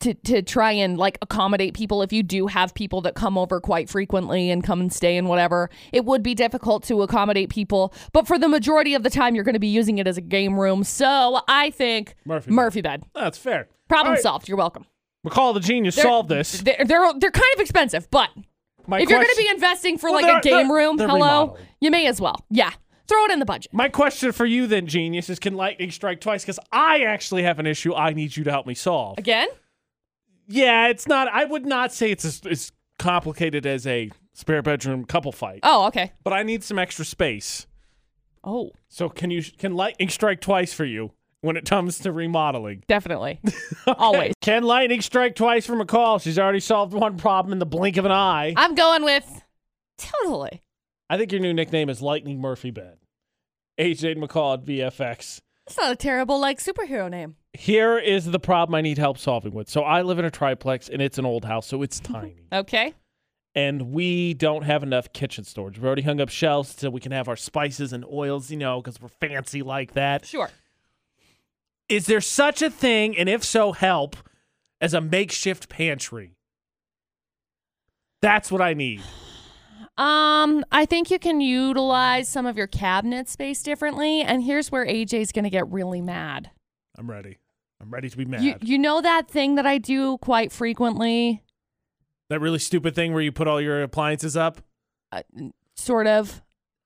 B: to, to try and like accommodate people if you do have people that come over quite frequently and come and stay and whatever it would be difficult to accommodate people but for the majority of the time you're going to be using it as a game room so i think
A: Murphy bed.
B: murphy bed
A: That's fair.
B: problem
A: All right.
B: solved you're welcome
A: McCall the genius
B: They're-
A: solved this.
B: they're, they're they're kind of expensive, but
A: My
B: if you're going to
A: question-
B: be investing for
A: Well,
B: like a
A: they're-
B: game
A: they're-
B: room,
A: they're
B: hello,
A: remodeling.
B: you may as well. Yeah, throw it in the budget.
A: My question for you then, genius, is can lightning strike twice? Because I actually have an issue I need you to help me solve.
B: Again,
A: Yeah, it's not. I would not say it's as, as complicated as a spare bedroom couple fight,
B: oh okay,
A: but I need some extra space.
B: oh
A: So can you can lightning strike twice for you when it comes to remodeling?
B: definitely,
A: [laughs]
B: always.
A: Can lightning strike twice for McCall? She's already solved one problem in the blink of an eye.
B: I'm going with totally.
A: I think your new nickname is Lightning Murphy Bed. H. Jade McCall at VFX.
B: It's not a terrible like superhero name.
A: Here is the problem I need help solving with. So I live in a triplex and it's an old house, so it's tiny.
B: Okay.
A: and we don't have enough kitchen storage. We've already hung up shelves so we can have our spices and oils, you know, because we're fancy like that.
B: Sure.
A: Is there such a thing, and if so, help, as a makeshift pantry? That's what I need.
B: Um, I think you can utilize some of your cabinet space differently. And here's where AJ's going to get really mad.
A: I'm ready. I'm ready to be mad.
B: You, you know that thing that I do quite frequently,
A: that really stupid thing where you put all your appliances up?
B: sort of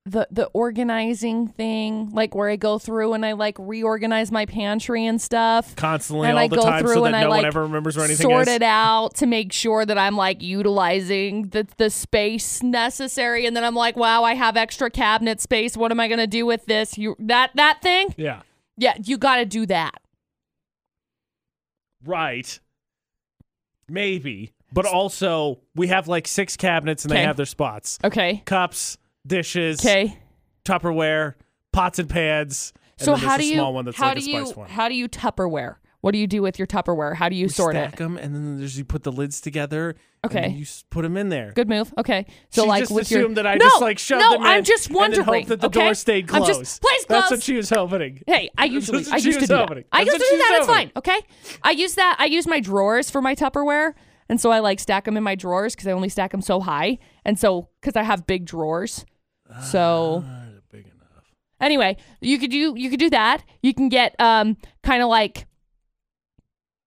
B: the the organizing thing, like where I go through and I like reorganize my pantry and stuff.
A: constantly
B: And
A: all
B: I
A: the
B: go
A: time so
B: through
A: that
B: and I,
A: no one
B: like,
A: ever remembers where anything
B: sort
A: is.
B: it out to make sure that I'm like utilizing the the space necessary, and then I'm like, wow, I have extra cabinet space. What am I gonna do with this? You that that thing?
A: Yeah.
B: Yeah, you got to do that.
A: Right. Maybe. But also, we have like six cabinets and they
B: Okay.
A: have their spots.
B: Okay.
A: Cups, dishes,
B: Okay.
A: Tupperware, pots and pans. And
B: So
A: then there's
B: how
A: a
B: do you
A: small one that's
B: how
A: like
B: do
A: a
B: you
A: spice one.
B: how do you Tupperware? What do you do with your Tupperware? How do you
A: you
B: sort
A: stack
B: it?
A: them and then there's you put the lids together. And
B: Okay.
A: then you s- put them in there.
B: Good move. Okay. So
A: she
B: like
A: just
B: with your
A: assumed that I
B: no,
A: just like shoved
B: no,
A: them in
B: I'm just wondering.
A: and then hoped that the
B: okay?
A: door stayed
B: I'm
A: closed.
B: just- please close.
A: That's what she was hoping.
B: Hey, I
A: [laughs] That's
B: usually
A: what
B: I
A: she
B: used to
A: was
B: do that.
A: hoping.
B: I
A: That's
B: used to
A: what
B: do
A: she
B: that.
A: was
B: It's fine.
A: hoping.
B: Okay. I use that. I use my drawers for my Tupperware, and so I like stack them in my drawers because I only stack them so high, and so because I have big drawers. So
A: Uh, big enough.
B: anyway, you could do you could do that. You can get um kind of like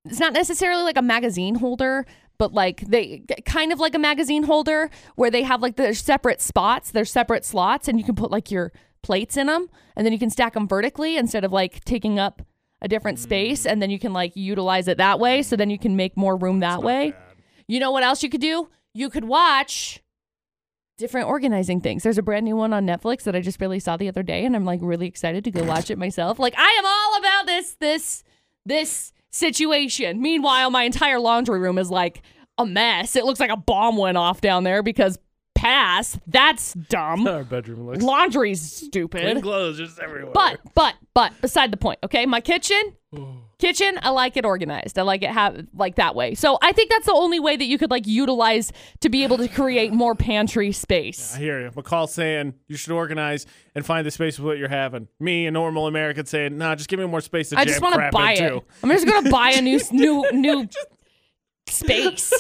B: it's not necessarily like a magazine holder, but like they kind of like a magazine holder where they have like their separate spots, their separate slots, and you can put like your plates in them, and then you can stack them vertically instead of like taking up a different space, and then you can like utilize it that way. So then you can make more room that way. You know what else you could do? You could watch different organizing things. There's a brand new one on Netflix that I just really saw the other day and I'm like really excited to go watch it myself. Like I am all about this this this situation. Meanwhile, my entire laundry room is like a mess. It looks like a bomb went off down there because pass, that's
A: [laughs]
B: dumb.
A: Our bedroom looks
B: Laundry's stupid.
A: clothes just everywhere.
B: But but but beside the point, okay? My kitchen kitchen i like it organized i like it have like that way so i think that's the only way that you could like utilize to be able to create more pantry
A: I
B: space
A: hear you. McCall saying you should organize and find the space with what you're having. Me, a normal American, saying, nah, just give me more space to
B: i just
A: want to
B: buy it
A: into.
B: i'm just gonna buy a
A: [laughs]
B: new s- new new space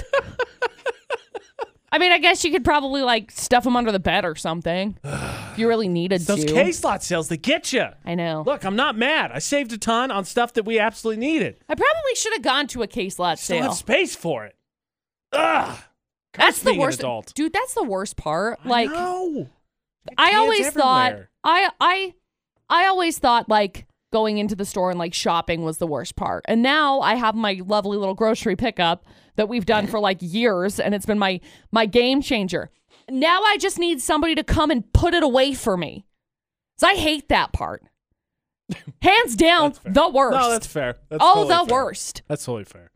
B: i mean i guess you could probably like stuff them under the bed or something
A: [sighs]
B: if you really needed
A: Those
B: to
A: case lot sales, they get you.
B: i know
A: Look, I'm not mad. I saved a ton on stuff that we absolutely needed.
B: i probably should have gone to a case lot
A: Still
B: sale
A: have space for it. Ugh.
B: that's the
A: being an
B: worst
A: adult.
B: dude that's the worst part like
A: no.
B: I
A: Kids
B: always thought
A: everywhere.
B: I I I always thought like going into the store and like shopping was the worst part. And now I have my lovely little grocery pickup that we've done for like years and it's been my my game changer. Now I just need somebody to come and put it away for me. Cuz I hate
A: [laughs]
B: that part. Hands down
A: That's fair.
B: um, the worst.
A: No, that's fair. That's
B: oh,
A: totally
B: the
A: fair.
B: worst.
A: That's totally fair.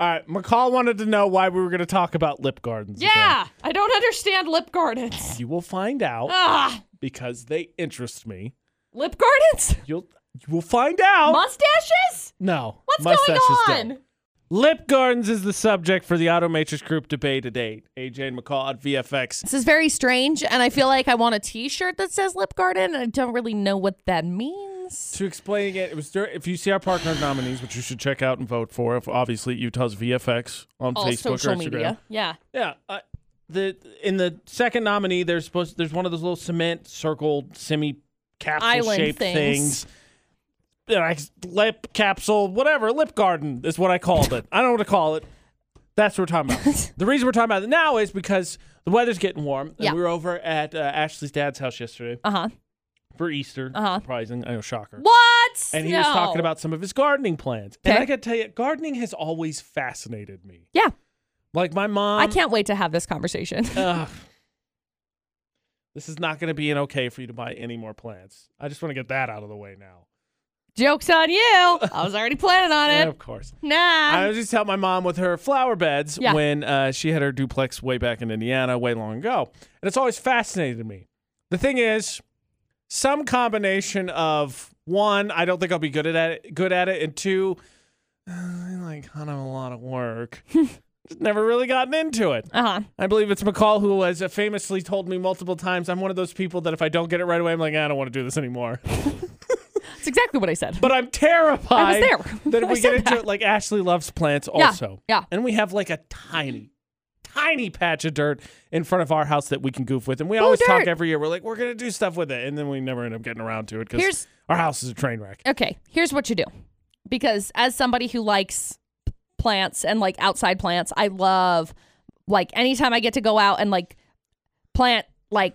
A: All right, McCall wanted to know why we were going to talk about lip gardens. again.
B: Yeah, I don't understand lip gardens.
A: You will find out
B: Ah,
A: because they interest me.
B: lip gardens?
A: You'll you will find out.
B: Mustaches?
A: no.
B: What's
A: mustaches
B: going
A: don't.
B: on?
A: Lip gardens is the subject for the Automatrix Group debate today. AJ and McCall at VFX.
B: This is very strange, and I feel like I want a T-shirt that says Lip Garden, and I don't really know what that means.
A: To explaining it, it was dur if you see our partner nominees, which you should check out and vote for, if obviously Utah's VFX on
B: All
A: Facebook or
B: social
A: Instagram.
B: media, yeah.
A: Yeah, uh, the in the second nominee, there's supposed there's one of those little cement circle semi capsule
B: Island
A: shaped
B: things.
A: things. Yeah, I- lip capsule, whatever. Lip garden is what I called it. I don't know what to call it. That's what we're talking
B: [laughs]
A: about. the reason we're talking about it now is because the weather's getting warm, and
B: Yeah.
A: we were over at uh, Ashley's dad's house yesterday
B: Uh huh.
A: for Easter.
B: Uh-huh.
A: Surprising, I know, shocker.
B: What?
A: And he was talking
B: No.
A: about some of his gardening plans. And
B: Okay.
A: I got to tell you, gardening has always fascinated me.
B: Yeah,
A: Like my mom,
B: I can't wait to have this conversation. [laughs]
A: Ugh. This is not going to be an okay for you to buy any more plants. I just want to get that out of the way now.
B: Jokes
A: [laughs]
B: on you! I was already planning on
A: Yeah,
B: it.
A: of course. I
B: Nah.
A: was just helping my mom with her flower beds
B: Yeah.
A: when uh, she had her duplex way back in Indiana, way long ago. And it's always fascinated me. The thing is, some combination of one, I don't think I'll be good at it, good at it, and two, [sighs] uh, I like kind of a lot of work. Just Never really gotten into it.
B: Uh huh.
A: I believe it's McCall who has famously told me multiple times, I'm one of those people that if I don't get it right away, I'm like, I don't want to do this anymore.
B: That's exactly what I said.
A: But I'm terrified
B: I was there.
A: that if
B: [laughs] I
A: we get
B: said
A: into
B: that.
A: it, like Ashley loves plants
B: Yeah,
A: also.
B: yeah.
A: And we have like a tiny, tiny patch of dirt in front of our house that we can goof with. And we
B: Boo
A: always talk
B: dirt.
A: every year. We're like, we're going to do stuff with it. And then we never end up getting around to it because
B: Here's-
A: our house is a train wreck.
B: okay, here's what you do. Because as somebody who likes plants and like outside plants, I love like anytime I get to go out and like plant like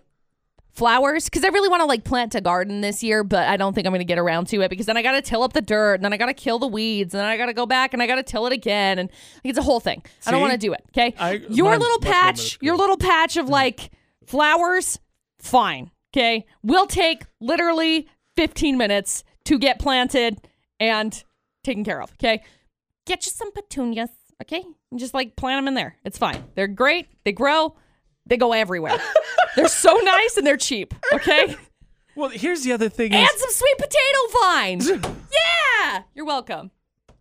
B: flowers because I really want to like plant a garden this year, but I don't think I'm going to get around to it because then I got to till up the dirt and then I got to kill the weeds and then I got to go back and I got to till it again and it's a whole thing. I don't
A: See?
B: want to do it. Okay,
A: I-
B: your
A: mine's
B: little
A: much more
B: patch,
A: minuscule.
B: your little patch
A: Mm-hmm.
B: of like flowers, fine. Okay. Will take literally 15 minutes to get planted and taken care of. Okay. Get you some petunias. Okay. And just like plant them in there. It's fine. They're great. They grow. They
A: [laughs]
B: go everywhere. they're so nice and they're cheap. Okay.
A: Well, here's the other thing
B: And
A: is
B: some sweet potato
A: [laughs]
B: vines. Yeah. You're welcome.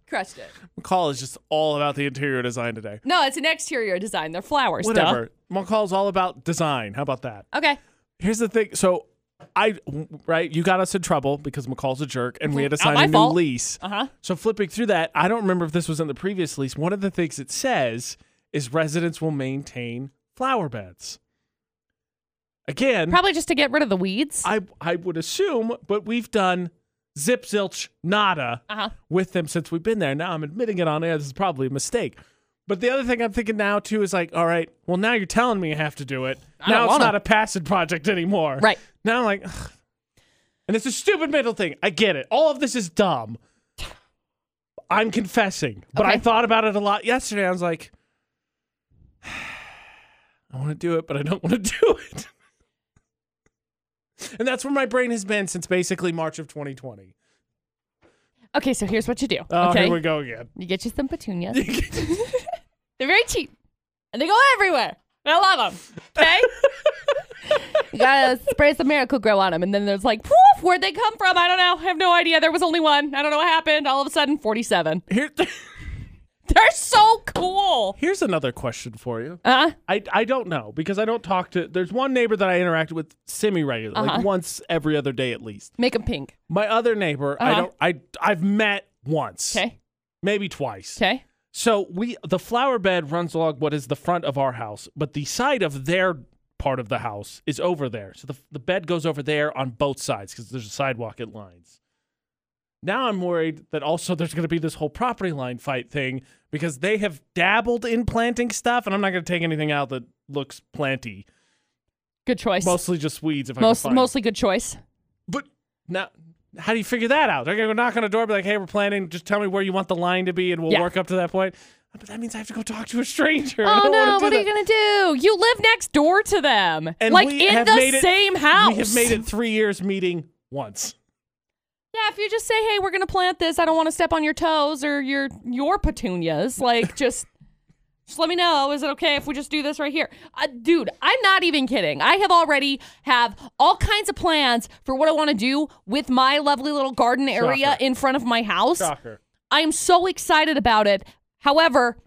B: Crushed it.
A: McCall is just all about the interior design today.
B: No, it's an exterior design. They're flowers. duh.
A: Whatever. McCall's all about design. How about that?
B: Okay.
A: Here's the thing. So I right, you got us in trouble because McCall's a jerk and we had to
B: Mm-hmm.
A: sign
B: Not my
A: a new
B: fault.
A: lease.
B: Uh huh.
A: So flipping through that, I don't remember if this was in the previous lease. One of the things it says is residents will maintain flower beds. Again,
B: Probably just to get rid of the weeds.
A: I I would assume, but we've done zip zilch nada
B: Uh huh.
A: with them since we've been there. Now I'm admitting it on air. This is probably a mistake. But the other thing I'm thinking now too is like, all right, well now you're telling me I have to do it.
B: I
A: now
B: don't
A: it's
B: wanna.
A: not a passive project anymore.
B: Right.
A: Now I'm like, ugh. and it's a stupid middle thing. I get it. All of this is dumb. I'm confessing, but I
B: Okay.
A: thought about it a lot yesterday. I was like, [sighs] I want to do it, but I don't want to [laughs] do it. and that's where my brain has been since basically March of 2020.
B: Okay, so here's what you do.
A: Oh,
B: okay.
A: here we go again. [laughs]
B: You get you some petunias. They're very cheap, and they go everywhere. And I love them.
A: [laughs]
B: Okay. you gotta spray some Miracle Grow on them, and then there's like, poof, where'd they come from? I don't know. I have no idea. There was only one. I don't know what happened. All of a sudden, 47.
A: Here, [laughs]
B: [laughs] They're so cool.
A: here's another question for you.
B: Uh,
A: I, I don't know because I don't talk to. There's one neighbor that I interact with semi regularly,
B: Uh-huh.
A: like once every other day at least.
B: make them pink.
A: My other neighbor,
B: Uh-huh.
A: I don't. I I've met once,
B: Okay.
A: maybe twice.
B: Okay.
A: So we the flower bed runs along what is the front of our house, but the side of their part of the house is over there. So the the bed goes over there on both sides because there's a sidewalk it lines. Now I'm worried that also there's going to be this whole property line fight thing because they have dabbled in planting stuff, and I'm not going to take anything out that looks planty.
B: Good choice.
A: Mostly just weeds, if I
B: Most,
A: can find. them.
B: mostly good choice.
A: But now, how do you figure that out? They're gonna go knock on a door, be like, "Hey, we're planning. Just tell me where you want the line to be, and we'll
B: Yeah.
A: work up to that point." But that means I have to go talk to a stranger. I
B: Oh
A: don't wanna
B: no!
A: do
B: What are
A: that.
B: you gonna do? You live next door to them,
A: And
B: like
A: we
B: in
A: have made
B: the
A: it-
B: same house.
A: We have made it three years meeting once.
B: Yeah, if you just say, "Hey, we're gonna plant this. I don't want to step on your toes or your your
A: [laughs]
B: petunias," like just just let me know. Is it okay if we just do this right here, uh, dude? I'm not even kidding. I have already have all kinds of plans for what I want to do with my lovely little garden area
A: Shocker.
B: in front of my house.
A: Shocker.
B: I am so excited about it. However,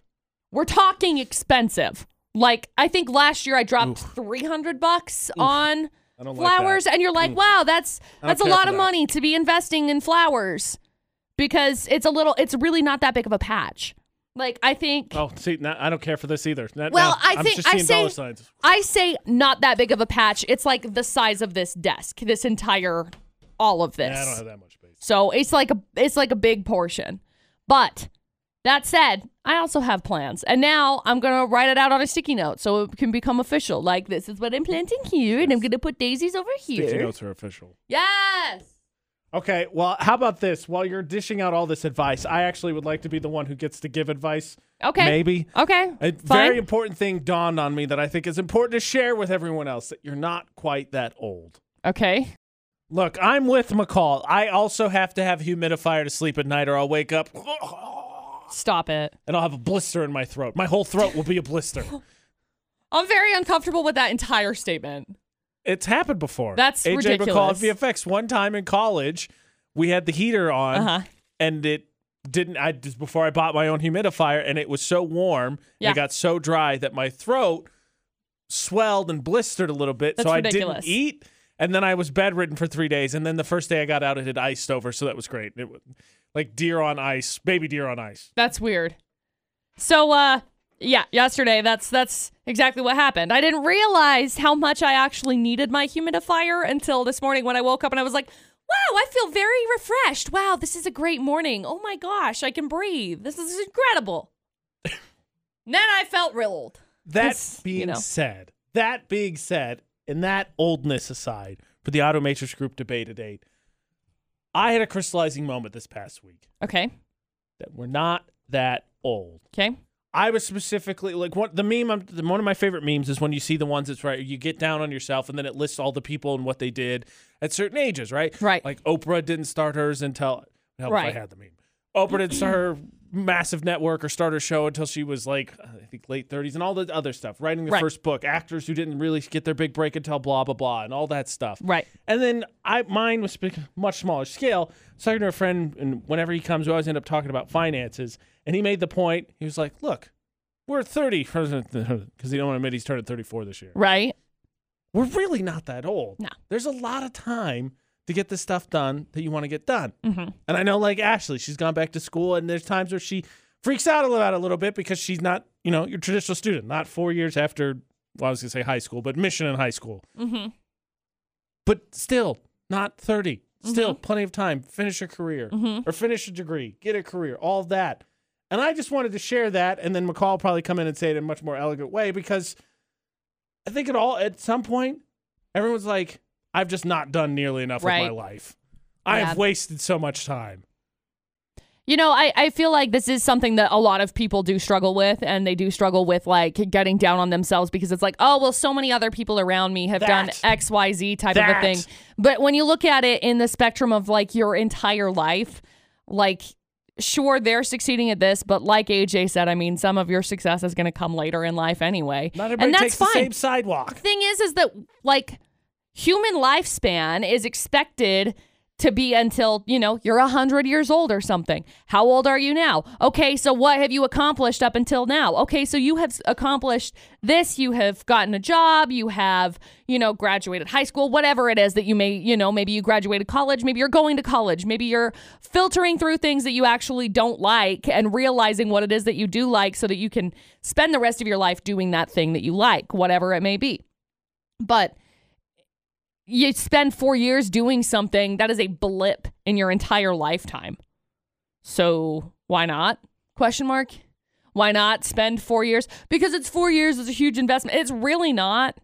B: we're talking expensive. Like I think last year I dropped 300 bucks on
A: I don't like that.
B: flowers and you're like, "Wow, that's
A: don't
B: that's a
A: care
B: lot
A: for
B: of
A: that.
B: money to be investing in flowers." Because it's a little it's really not that big of a patch. Like I think
A: Oh, see, now, I don't care for this either. Now-
B: Well,
A: now
B: I
A: I'm
B: think-
A: just
B: I
A: seeing dollar
B: say-
A: signs.
B: I say not that big of a patch. It's like the size of this desk, this entire all of this.
A: Nah, I don't have that much space.
B: So it's like a it's like a big portion. But that said, I also have plans. And now I'm gonna write it out on a sticky note so it can become official. Like this is what I'm planting here, and I'm gonna put daisies over here.
A: Sticky notes are official.
B: Yes.
A: Okay, well, how about this? While you're dishing out all this advice, I actually would like to be the one who gets to give advice.
B: Okay.
A: Maybe.
B: Okay.
A: A
B: fine.
A: very important thing dawned on me that I think is important to share with everyone else that you're not quite that old.
B: okay.
A: Look, I'm with McCall. I also have to have humidifier to sleep at night, or I'll wake up [laughs]
B: Stop it.
A: and I'll have a blister in my
B: [laughs]
A: throat. My whole throat will be a blister.
B: I'm very uncomfortable with that entire statement.
A: It's happened before.
B: That's
A: AJ McCall at
B: ridiculous.
A: VFX one time in college. We had the heater on,
B: Uh huh.
A: and it didn't. I just before I bought my own humidifier, and it was so warm, and
B: Yeah.
A: it got so dry that my throat swelled and blistered a little bit.
B: That's
A: so I
B: ridiculous.
A: didn't eat, and then I was bedridden for three days. And then the first day I got out, it had iced over, so that was great. It was like deer on ice, baby deer on ice.
B: That's weird. So uh yeah, yesterday that's that's exactly what happened. I didn't realize how much I actually needed my humidifier until this morning when I woke up and I was like, "Wow, I feel very refreshed. Wow, this is a great morning. Oh my gosh, I can breathe. This is incredible." [laughs] then I felt real old.
A: That
B: That's- you
A: being
B: know.
A: said, that being said, and that oldness aside, for the Auto Matrix Group debate at eight, I had a crystallizing moment this past week
B: Okay.
A: that we're not that old.
B: Okay.
A: I was specifically like what the meme. I'm, the, one of my favorite memes is when you see the ones that's right. You get down on yourself, and then it lists all the people and what they did at certain ages, right?
B: Right.
A: Like Oprah didn't start hers until hell,
B: Right.
A: if I had the meme. Oprah didn't start her massive network or start her show until she was like I think late 30s and all the other stuff. Writing the
B: Right.
A: first book, actors who didn't really get their big break until blah blah blah, and all that stuff.
B: Right.
A: And then I mine was spe- much smaller scale. I was talking to a friend, and whenever he comes, we always end up talking about finances. And he made the point. He was like, "Look, we're 30 [laughs] because he don't want to admit he's turning 34 this year.
B: Right.
A: We're really not that old.
B: No.
A: There's a lot of time to get the stuff done that you want to get done.
B: Mhm.
A: And I know, like Ashley, she's gone back to school, and there's times where she freaks out about it a little bit because she's not, you know, your traditional student, not four years after. Well, I was gonna say high school, but mission in high school
B: Mhm.
A: but still not 30
B: Mm-hmm.
A: still plenty of time finish a career or finish a degree get a career all that and i just wanted to share that and then mccall probably come in and say it in a much more elegant way because i think at all at some point everyone's like i've just not done nearly enough
B: Right.
A: with my life i
B: Yeah.
A: have wasted so much time
B: You know, I, I feel like this is something that a lot of people do struggle with, and they do struggle with like getting down on themselves because it's like, oh, well, so many other people around me have done
A: That.
B: XYZ type of a
A: That.
B: thing. But when you look at it in the spectrum of like your entire life, like, sure, they're succeeding at this, but like AJ said, I mean, some of your success is going to come later in life anyway.
A: not everybody
B: and
A: takes
B: that's fine
A: the same sidewalk
B: thing is is that like human lifespan is expected to be until you know you're 100 years old or something how old are you now okay so what have you accomplished up until now okay so you have s- accomplished this you have gotten a job you have you know graduated high school whatever it is that you may you know maybe you graduated college maybe you're going to college maybe you're filtering through things that you actually don't like and realizing what it is that you do like so that you can spend the rest of your life doing that thing that you like whatever it may be but you spend four years doing something that is a blip in your entire lifetime so why not question mark why not spend four years because it's four years is a huge investment it's really not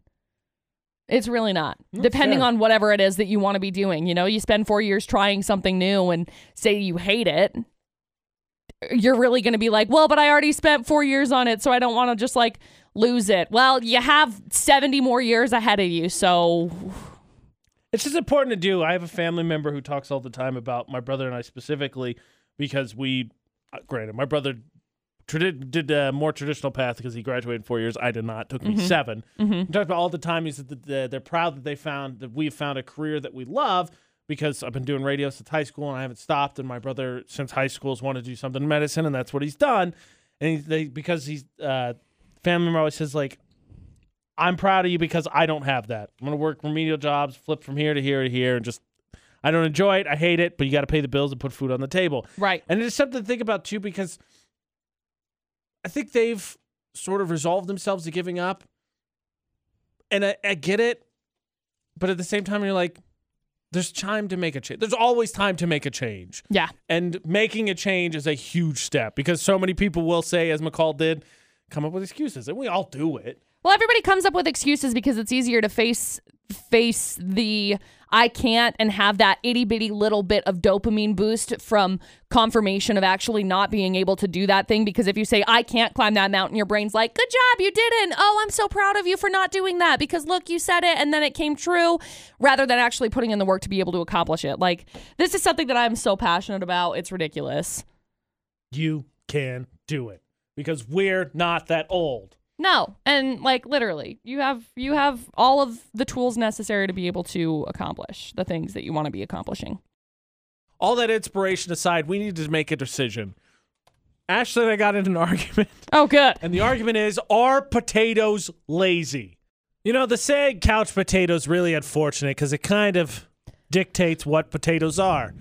B: it's really not depending
A: fair.
B: on whatever it is that you want to be doing you know you spend four years trying something new and say you hate it you're really going to be like, well, but I already spent four years on it, so I don't want to just like lose it. Well, you have 70 more years ahead of you, so
A: It's just important to do. I have a family member who talks all the time about my brother and I specifically because we, uh, granted, my brother tradi- did a more traditional path because he graduated in four years. I did not. Took me 7 He talks about all the time. He said that the, they're proud that they found that we've found a career that we love because I've been doing radio since high school and I haven't stopped. And my brother since high school has wanted to do something in medicine, and that's what he's done. And he, they because he's uh, family member always says like I'm proud of you because I don't have that. I'm gonna work remedial jobs, flip from here to here to here, and just I don't enjoy it. I hate it, but you got to pay the bills and put food on the table.
B: right.
A: And it's something to think about too, because I think they've sort of resolved themselves to giving up. And I, I get it, but at the same time, you're like, there's time to make a change. There's always time to make a change.
B: Yeah.
A: And making a change is a huge step because so many people will say, as McCall did, come up with excuses, and we all do it.
B: Well, everybody comes up with excuses because it's easier to face face the I can't and have that itty bitty little bit of dopamine boost from confirmation of actually not being able to do that thing. Because if you say I can't climb that mountain, your brain's like, "Good job, you didn't." Oh, I'm so proud of you for not doing that because look, you said it and then it came true, rather than actually putting in the work to be able to accomplish it. Like this is something that I'm so passionate about. It's ridiculous.
A: you can do it because we're not that old.
B: No, and like literally, you have you have all of the tools necessary to be able to accomplish the things that you want to be accomplishing.
A: All that inspiration aside, we need to make a decision. Ashley and I got into an [laughs] argument.
B: Oh, good.
A: And the argument is are potatoes lazy? You know, the saying couch potatoes really unfortunate because it kind of dictates what potatoes are.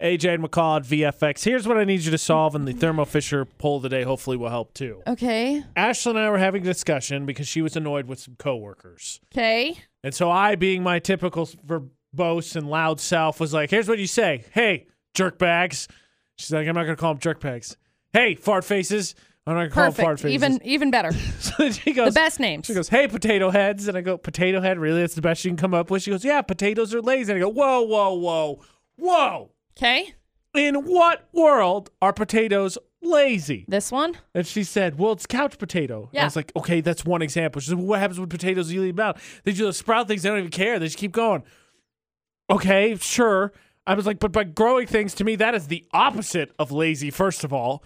A: AJ and McCall at VFX. Here's what I need you to solve, and the Thermo Fisher poll today hopefully will help too.
B: Okay.
A: Ashley and I were having a discussion because she was annoyed with some coworkers.
B: Okay.
A: And so I, being my typical verbose and loud self, was like, here's what you say. Hey, jerkbags. She's like, I'm not going to call them jerkbags. Hey, fart faces. I'm not going to call them fart
B: Perfect.
A: faces.
B: Even even better.
A: [laughs] so then she
B: the
A: goes,
B: best names.
A: she goes, hey, potato heads. And I go, potato head, really? That's the best you can come up with? She goes, yeah, potatoes are lazy. And I go, whoa, whoa, whoa, whoa.
B: Okay.
A: In what world are potatoes lazy?
B: This one.
A: And she said, "Well, it's couch potato." And
B: Yeah.
A: I was like, "Okay, that's one example." She said, well, "What happens when potatoes you leave them out? They just sprout things. They don't even care. They just keep going." Okay, sure. I was like, "But by growing things, to me, that is the opposite of lazy. First of all,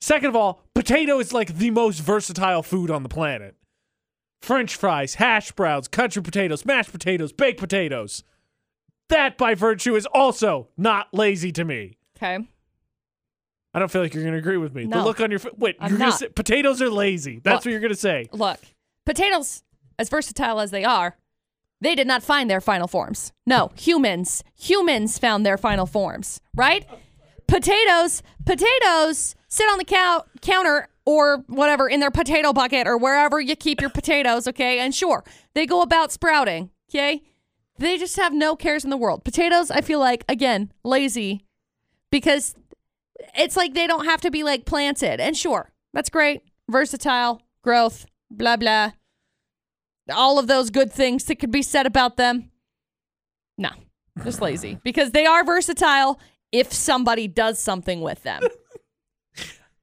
A: second of all, potato is like the most versatile food on the planet. French fries, hash browns, country potatoes, mashed potatoes, baked potatoes. That, by virtue, is also not lazy to me."
B: Okay.
A: I don't feel like you're going to agree with me. The
B: No.
A: look on your face. Wait,
B: I'm
A: you're going to
B: not.
A: say potatoes are lazy. That's what,
B: Look.
A: you're going to say.
B: Look, potatoes, as versatile as they are, they did not find their final forms. No, humans. Humans found their final forms, right? Potatoes, potatoes sit on the cou- counter or whatever in their potato bucket or wherever you keep your potatoes, okay? And sure, they go about sprouting, okay? They just have no cares in the world. Potatoes, I feel like, again, lazy because it's like they don't have to be like planted. And sure, that's great. Versatile, growth, blah, blah. All of those good things that could be said about them. No, just lazy because they are versatile if somebody does something with them.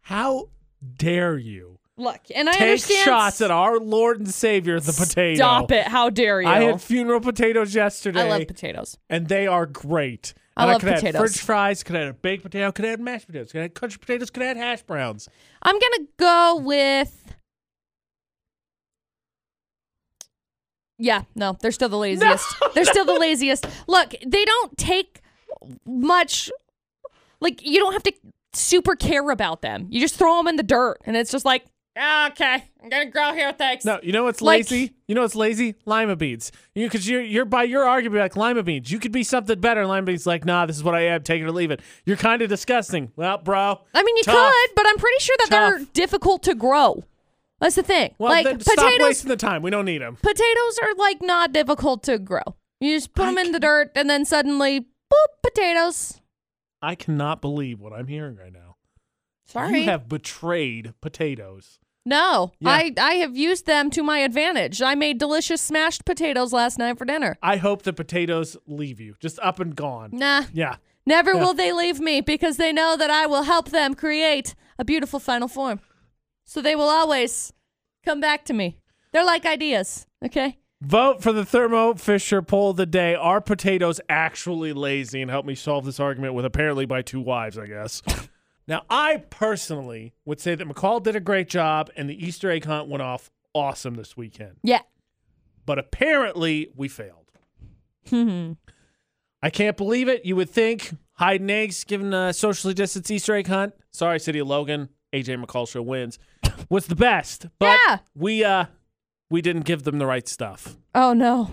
A: How dare you
B: Look, and I
A: take
B: understand.
A: shots at our Lord and Savior, the potato?
B: Stop it. How dare you?
A: I had funeral potatoes yesterday,
B: I love potatoes.
A: and they are great.
B: I
A: and
B: love
A: could add
B: potatoes.
A: French fries, could add a baked potato, could add mashed potatoes, could add country potatoes, could add hash browns.
B: I'm gonna go with. Yeah, no, they're still the laziest. They're still the laziest. Look, they don't take much. Like you don't have to super care about them. You just throw them in the dirt, and it's just like, "Ah, okay, I'm gonna grow here. Thanks.
A: No, you know what's
B: Like-
A: lazy? You know what's lazy? Lima beans. You because you're you're by your argument like lima beans. You could be something better. And lima beans like, nah, this is what I am. Take it or leave it. You're kind of disgusting. Well, bro.
B: I mean, you
A: tough.
B: could, but I'm pretty sure that they're
A: Tough.
B: difficult to grow. That's the thing.
A: Well,
B: like
A: then stop
B: potatoes,
A: wasting the time. We don't need them.
B: potatoes are like not difficult to grow. You just put
A: I
B: them in the dirt, and then suddenly, boop, potatoes.
A: I cannot believe what I'm hearing right now.
B: Sorry.
A: You have betrayed potatoes.
B: no,
A: Yeah.
B: I, I have used them to my advantage. I made delicious smashed potatoes last night for dinner.
A: I hope the potatoes leave you, just up and gone.
B: Nah,
A: Yeah.
B: never
A: Yeah.
B: will they leave me because they know that I will help them create a beautiful final form. So they will always come back to me. They're like ideas, okay?
A: Vote for the Thermo Fisher poll of the day. Are potatoes actually lazy? And help me solve this argument with apparently by two wives, I
B: [laughs]
A: guess. now, I personally would say that McCall did a great job and the Easter egg hunt went off awesome this weekend.
B: Yeah.
A: But apparently, we
B: [laughs]
A: failed. I can't believe it. You would think hiding eggs, given a socially distanced Easter egg hunt. Sorry, City of Logan. AJ McCall show wins. Was the best, but
B: Yeah.
A: we uh we didn't give them the right stuff.
B: Oh, no.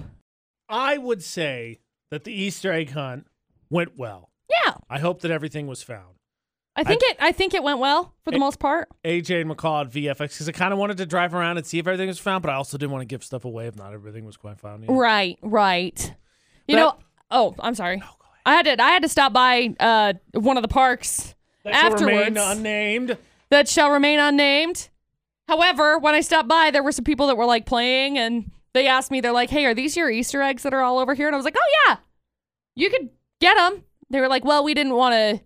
A: I would say that the Easter egg hunt went well.
B: Yeah.
A: I hope that everything was found.
B: I think it I think it went well for the
A: It-
B: most part.
A: AJ and McCall at VFX because I kind of wanted to drive around and see if everything was found, but I also didn't want to give stuff away if not everything was quite found. yet.
B: Right, right. You
A: But-
B: know, oh, I'm sorry. I had to I had to stop by uh, one of the parks
A: That shall remain
B: afterwards
A: unnamed.
B: that shall remain unnamed. However, when I stopped by, there were some people that were like playing and they asked me, they're like, "Hey, are these your Easter eggs that are all over here?" And I was like, "Oh yeah, you could get them." They were like, "Well, we didn't want to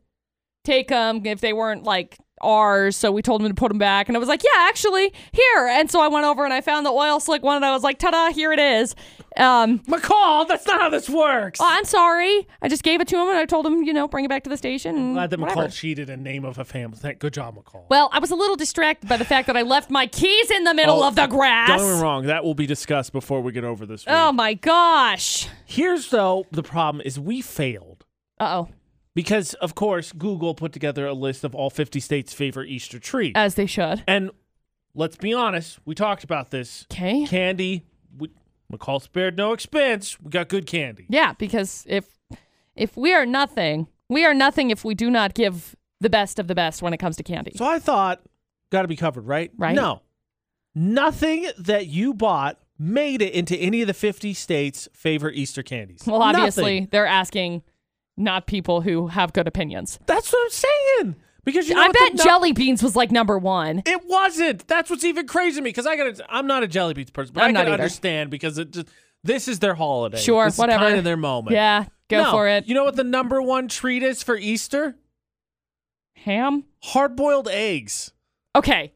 B: take them if they weren't like ours. So we told him to put them back. And I was like, yeah, actually, here. And so I went over and I found the oil slick one and I was like, ta da, here it is. Um,
A: McCall, that's not how this works.
B: oh, I'm sorry. I just gave it to him and I told him, you know, bring it back to the station. And
A: Glad that McCall
B: whatever.
A: cheated in name of a family. Thank, good job, McCall.
B: Well, I was a little distracted by the fact that I left my keys in the middle
A: Oh,
B: of the grass.
A: Don't get me wrong. That will be discussed before we get over this. Week.
B: Oh my gosh.
A: Here's though the problem is we failed
B: Uh oh.
A: because of course Google put together a list of all 50 states' favorite Easter treat.
B: As they should.
A: and let's be honest, we talked about this.
B: Okay.
A: Candy, we, McCall spared no expense. We got good candy.
B: Yeah, because if if we are nothing, we are nothing if we do not give the best of the best when it comes to candy.
A: So I thought, got to be covered, right?
B: Right.
A: No, nothing that you bought made it into any of the 50 states' favorite Easter candies.
B: well, obviously,
A: Nothing.
B: they're asking not people who have good opinions.
A: that's what I'm saying. Because you know
B: I
A: what the
B: bet
A: nu-
B: jelly beans was like number 1.
A: It wasn't. That's what's even crazy to me because I got. I'm not a jelly beans person, but i
B: I'm not
A: can
B: either.
A: understand because it just this is their holiday.
B: Sure,
A: This is
B: whatever.
A: kind of their moment.
B: Yeah, go
A: No,
B: for it.
A: You know what the number one treat is for Easter?
B: Ham?
A: Hard boiled eggs.
B: Okay.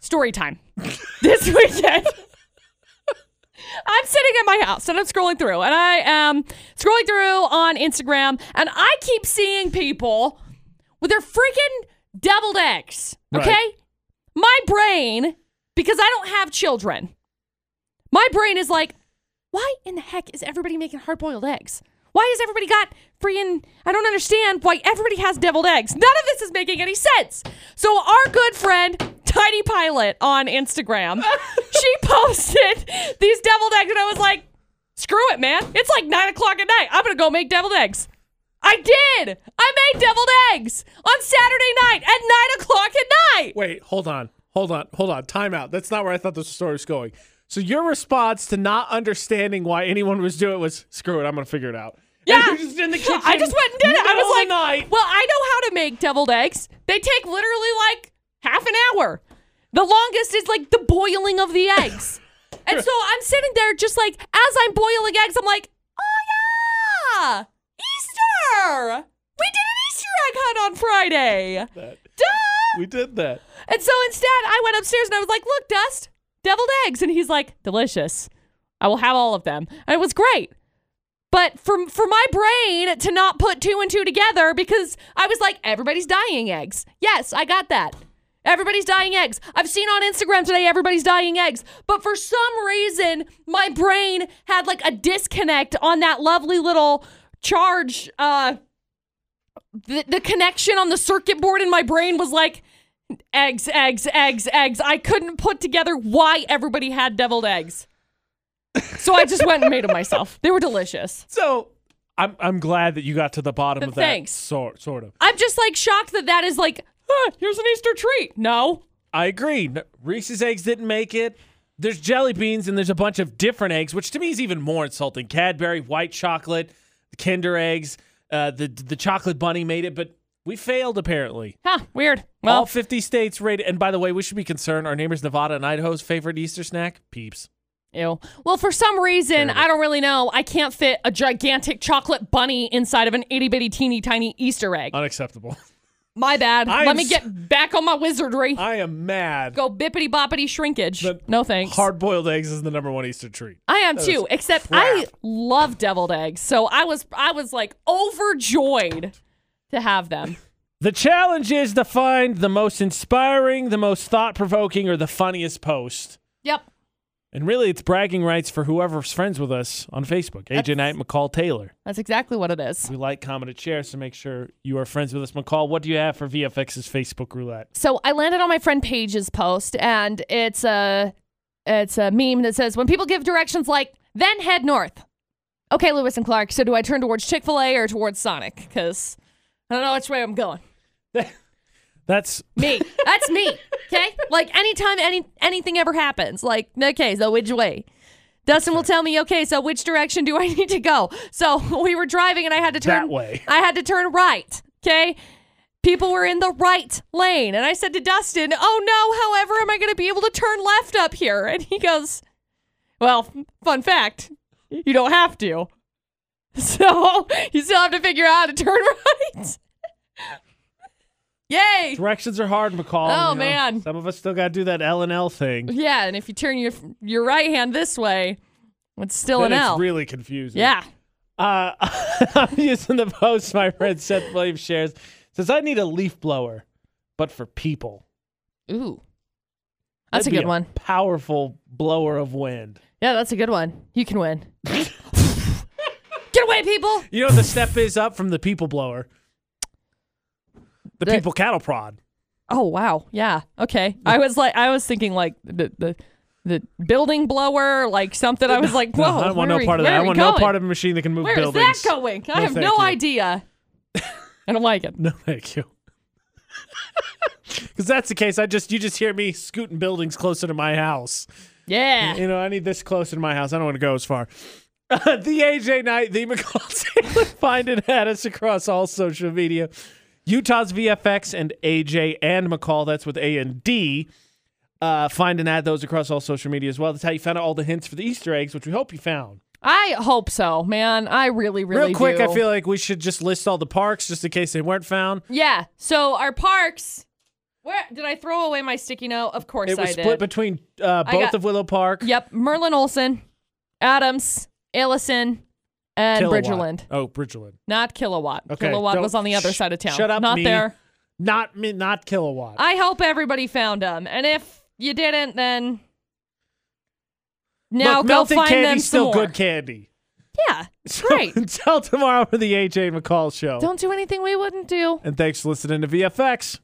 B: Story time. [laughs] this weekend. [laughs] I'm sitting at my house and I'm scrolling through and I am scrolling through on Instagram and I keep seeing people with their freaking deviled eggs.
A: Right.
B: Okay? My brain, because I don't have children, my brain is like, why in the heck is everybody making hard boiled eggs? Why has everybody got freaking. I don't understand why everybody has deviled eggs. None of this is making any sense. So, our good friend, Tiny Pilot on Instagram, she posted these deviled eggs, and I was like, screw it, man. It's like nine o'clock at night. I'm going to go make deviled eggs. I did. I made deviled eggs on Saturday night at nine o'clock at night.
A: Wait, hold on, hold on, hold on. Time out. That's not where I thought this story was going. So your response to not understanding why anyone was doing it was screw it. I'm gonna figure it out.
B: Yeah.
A: And you're just in the kitchen.
B: [laughs] I just went and did it. I
A: middle
B: was
A: of
B: like,
A: the night.
B: well, I know how to make deviled eggs. They take literally like half an hour. The longest is like the boiling of the eggs. and so I'm sitting there just like, as I'm boiling eggs, I'm like, oh yeah, Easter. We did an Easter egg hunt on Friday.
A: That-
B: Duh.
A: we did that.
B: And so instead, I went upstairs and I was like, look, Dust, deviled eggs. And he's like, delicious. I will have all of them. And it was great. But for, for my brain to not put two and two together because I was like, everybody's dying eggs. Yes, I got that. Everybody's dying eggs. I've seen on Instagram today, everybody's dying eggs. But for some reason, my brain had like a disconnect on that lovely little charge uh, the, the connection on the circuit board in my brain was like eggs, eggs, eggs, eggs. I couldn't put together why everybody had deviled eggs. So I just went and made them myself. They were delicious.
A: So I'm I'm glad that you got to the bottom of that.
B: Thanks.
A: Sort sort of.
B: I'm just like shocked that that is like, huh, here's an Easter treat. No.
A: I agree. N- Reese's eggs didn't make it. There's jelly beans and there's a bunch of different eggs, which to me is even more insulting. Cadbury, white chocolate, the Kinder eggs, uh, the the chocolate bunny made it, but we failed apparently.
B: Huh, weird.
A: All
B: Well,
A: 50 states rated. And by the way, we should be concerned. Our neighbors, Nevada and Idaho's favorite Easter snack, peeps.
B: ew. Well, for some reason,
A: Terrible.
B: I don't really know. I can't fit a gigantic chocolate bunny inside of an itty bitty teeny tiny Easter egg.
A: Unacceptable.
B: My bad.
A: I am
B: Let me
A: Uh, s-
B: get back on my wizardry.
A: [laughs] I am mad.
B: Go bippity boppity shrinkage.
A: The
B: No thanks.
A: Hard boiled eggs is the number one Easter treat.
B: I am
A: That
B: too,
A: is
B: except
A: crap.
B: I love deviled eggs. So I was I was like overjoyed to
A: [laughs]
B: have them.
A: The challenge is to find the most inspiring, the most thought provoking, or the funniest post.
B: Yep.
A: And really, it's bragging rights for whoever's friends with us on Facebook. AJ Knight, McCall Taylor.
B: That's exactly what it is.
A: We like, comment, and share, so make sure you are friends with us. McCall, what do you have for VFX's Facebook roulette?
B: So I landed on my friend Paige's post and it's a it's a meme that says when people give directions like then head north. Okay, Lewis and Clark, so do I turn towards Chick-fil-A or towards Sonic cuz I don't know which way I'm going.
A: That's
B: Me. That's me. Okay? Like anytime any anything ever happens, like, okay, so which way? Dustin will tell me, okay, so which direction do I [laughs] need to go? So [laughs] we were driving and I had to turn
A: That way.
B: I had to turn right. Okay. People were in the right lane. And I said to Dustin, Oh no, however am I gonna be able to turn left up here? And he goes, Well, fun fact, you don't have to. [laughs] [laughs] So you still have to figure out how to turn right. Yay!
A: Directions are hard, McCall.
B: Oh,
A: you know.
B: man.
A: Some of us still gotta do that L and L thing.
B: Yeah, and if you turn your your right hand this way, it's still
A: Then
B: an L.
A: It's really confusing.
B: yeah.
A: Uh, [laughs] I'm using the post my friend Seth Williams shares. Says I need a leaf blower, but for people.
B: Ooh. That's
A: That'd
B: a
A: be
B: good one.
A: Powerful blower of wind.
B: Yeah, that's a good one. You
A: [laughs]
B: can win. Get away, people!
A: You know what the step is up from the people blower. The
B: The-
A: people cattle prod.
B: Oh wow. Yeah. Okay. I was like I was thinking like the the the building blower, like something. I was like, whoa.
A: I don't want
B: where
A: no
B: are we-
A: part of
B: where
A: that. I
B: are we
A: want no
B: going?
A: part of a machine that can move
B: Where is
A: buildings.
B: that going? I
A: No,
B: have
A: thank
B: no
A: you.
B: idea. I don't like
A: [laughs]
B: it.
A: No, thank you. Because that's the case. I just you just hear me scooting buildings closer to my house.
B: Yeah.
A: [laughs] You know, I need this closer to my house. I don't want to go as far. [laughs] Uh, the AJ Knight, the [laughs] McCall Taylor, find it at us across all social media. Utah's VFX and AJ and McCall, that's with A and D. Uh, find and add those across all social media as well. That's how you found out all the hints for the Easter eggs, which we hope you found.
B: I hope so, man. I really, really
A: Real quick,
B: do.
A: I feel like we should just list all the parks just in case they weren't found.
B: Yeah. So our parks. Where did I throw away my sticky note? Of course
A: It was
B: I did.
A: split between uh,
B: I
A: both
B: got-
A: of Willow Park.
B: yep. Merlin Olson, Adams, Ellison, and
A: Kilowatt.
B: Bridgerland.
A: Oh, Bridgerland.
B: Not Kilowatt.
A: Okay,
B: Kilowatt
A: don't-
B: was on the other
A: sh-
B: side of town.
A: shut up,
B: Not
A: me.
B: there.
A: Not mi- not kilowatt.
B: I hope everybody found them. And if you didn't, then now
A: Look,
B: go
A: melted
B: find
A: candy's
B: them some
A: still
B: more.
A: good candy. [laughs]
B: Yeah, right.
A: Until tomorrow for the AJ McCall show.
B: Don't do anything we wouldn't do.
A: and thanks for listening to VFX.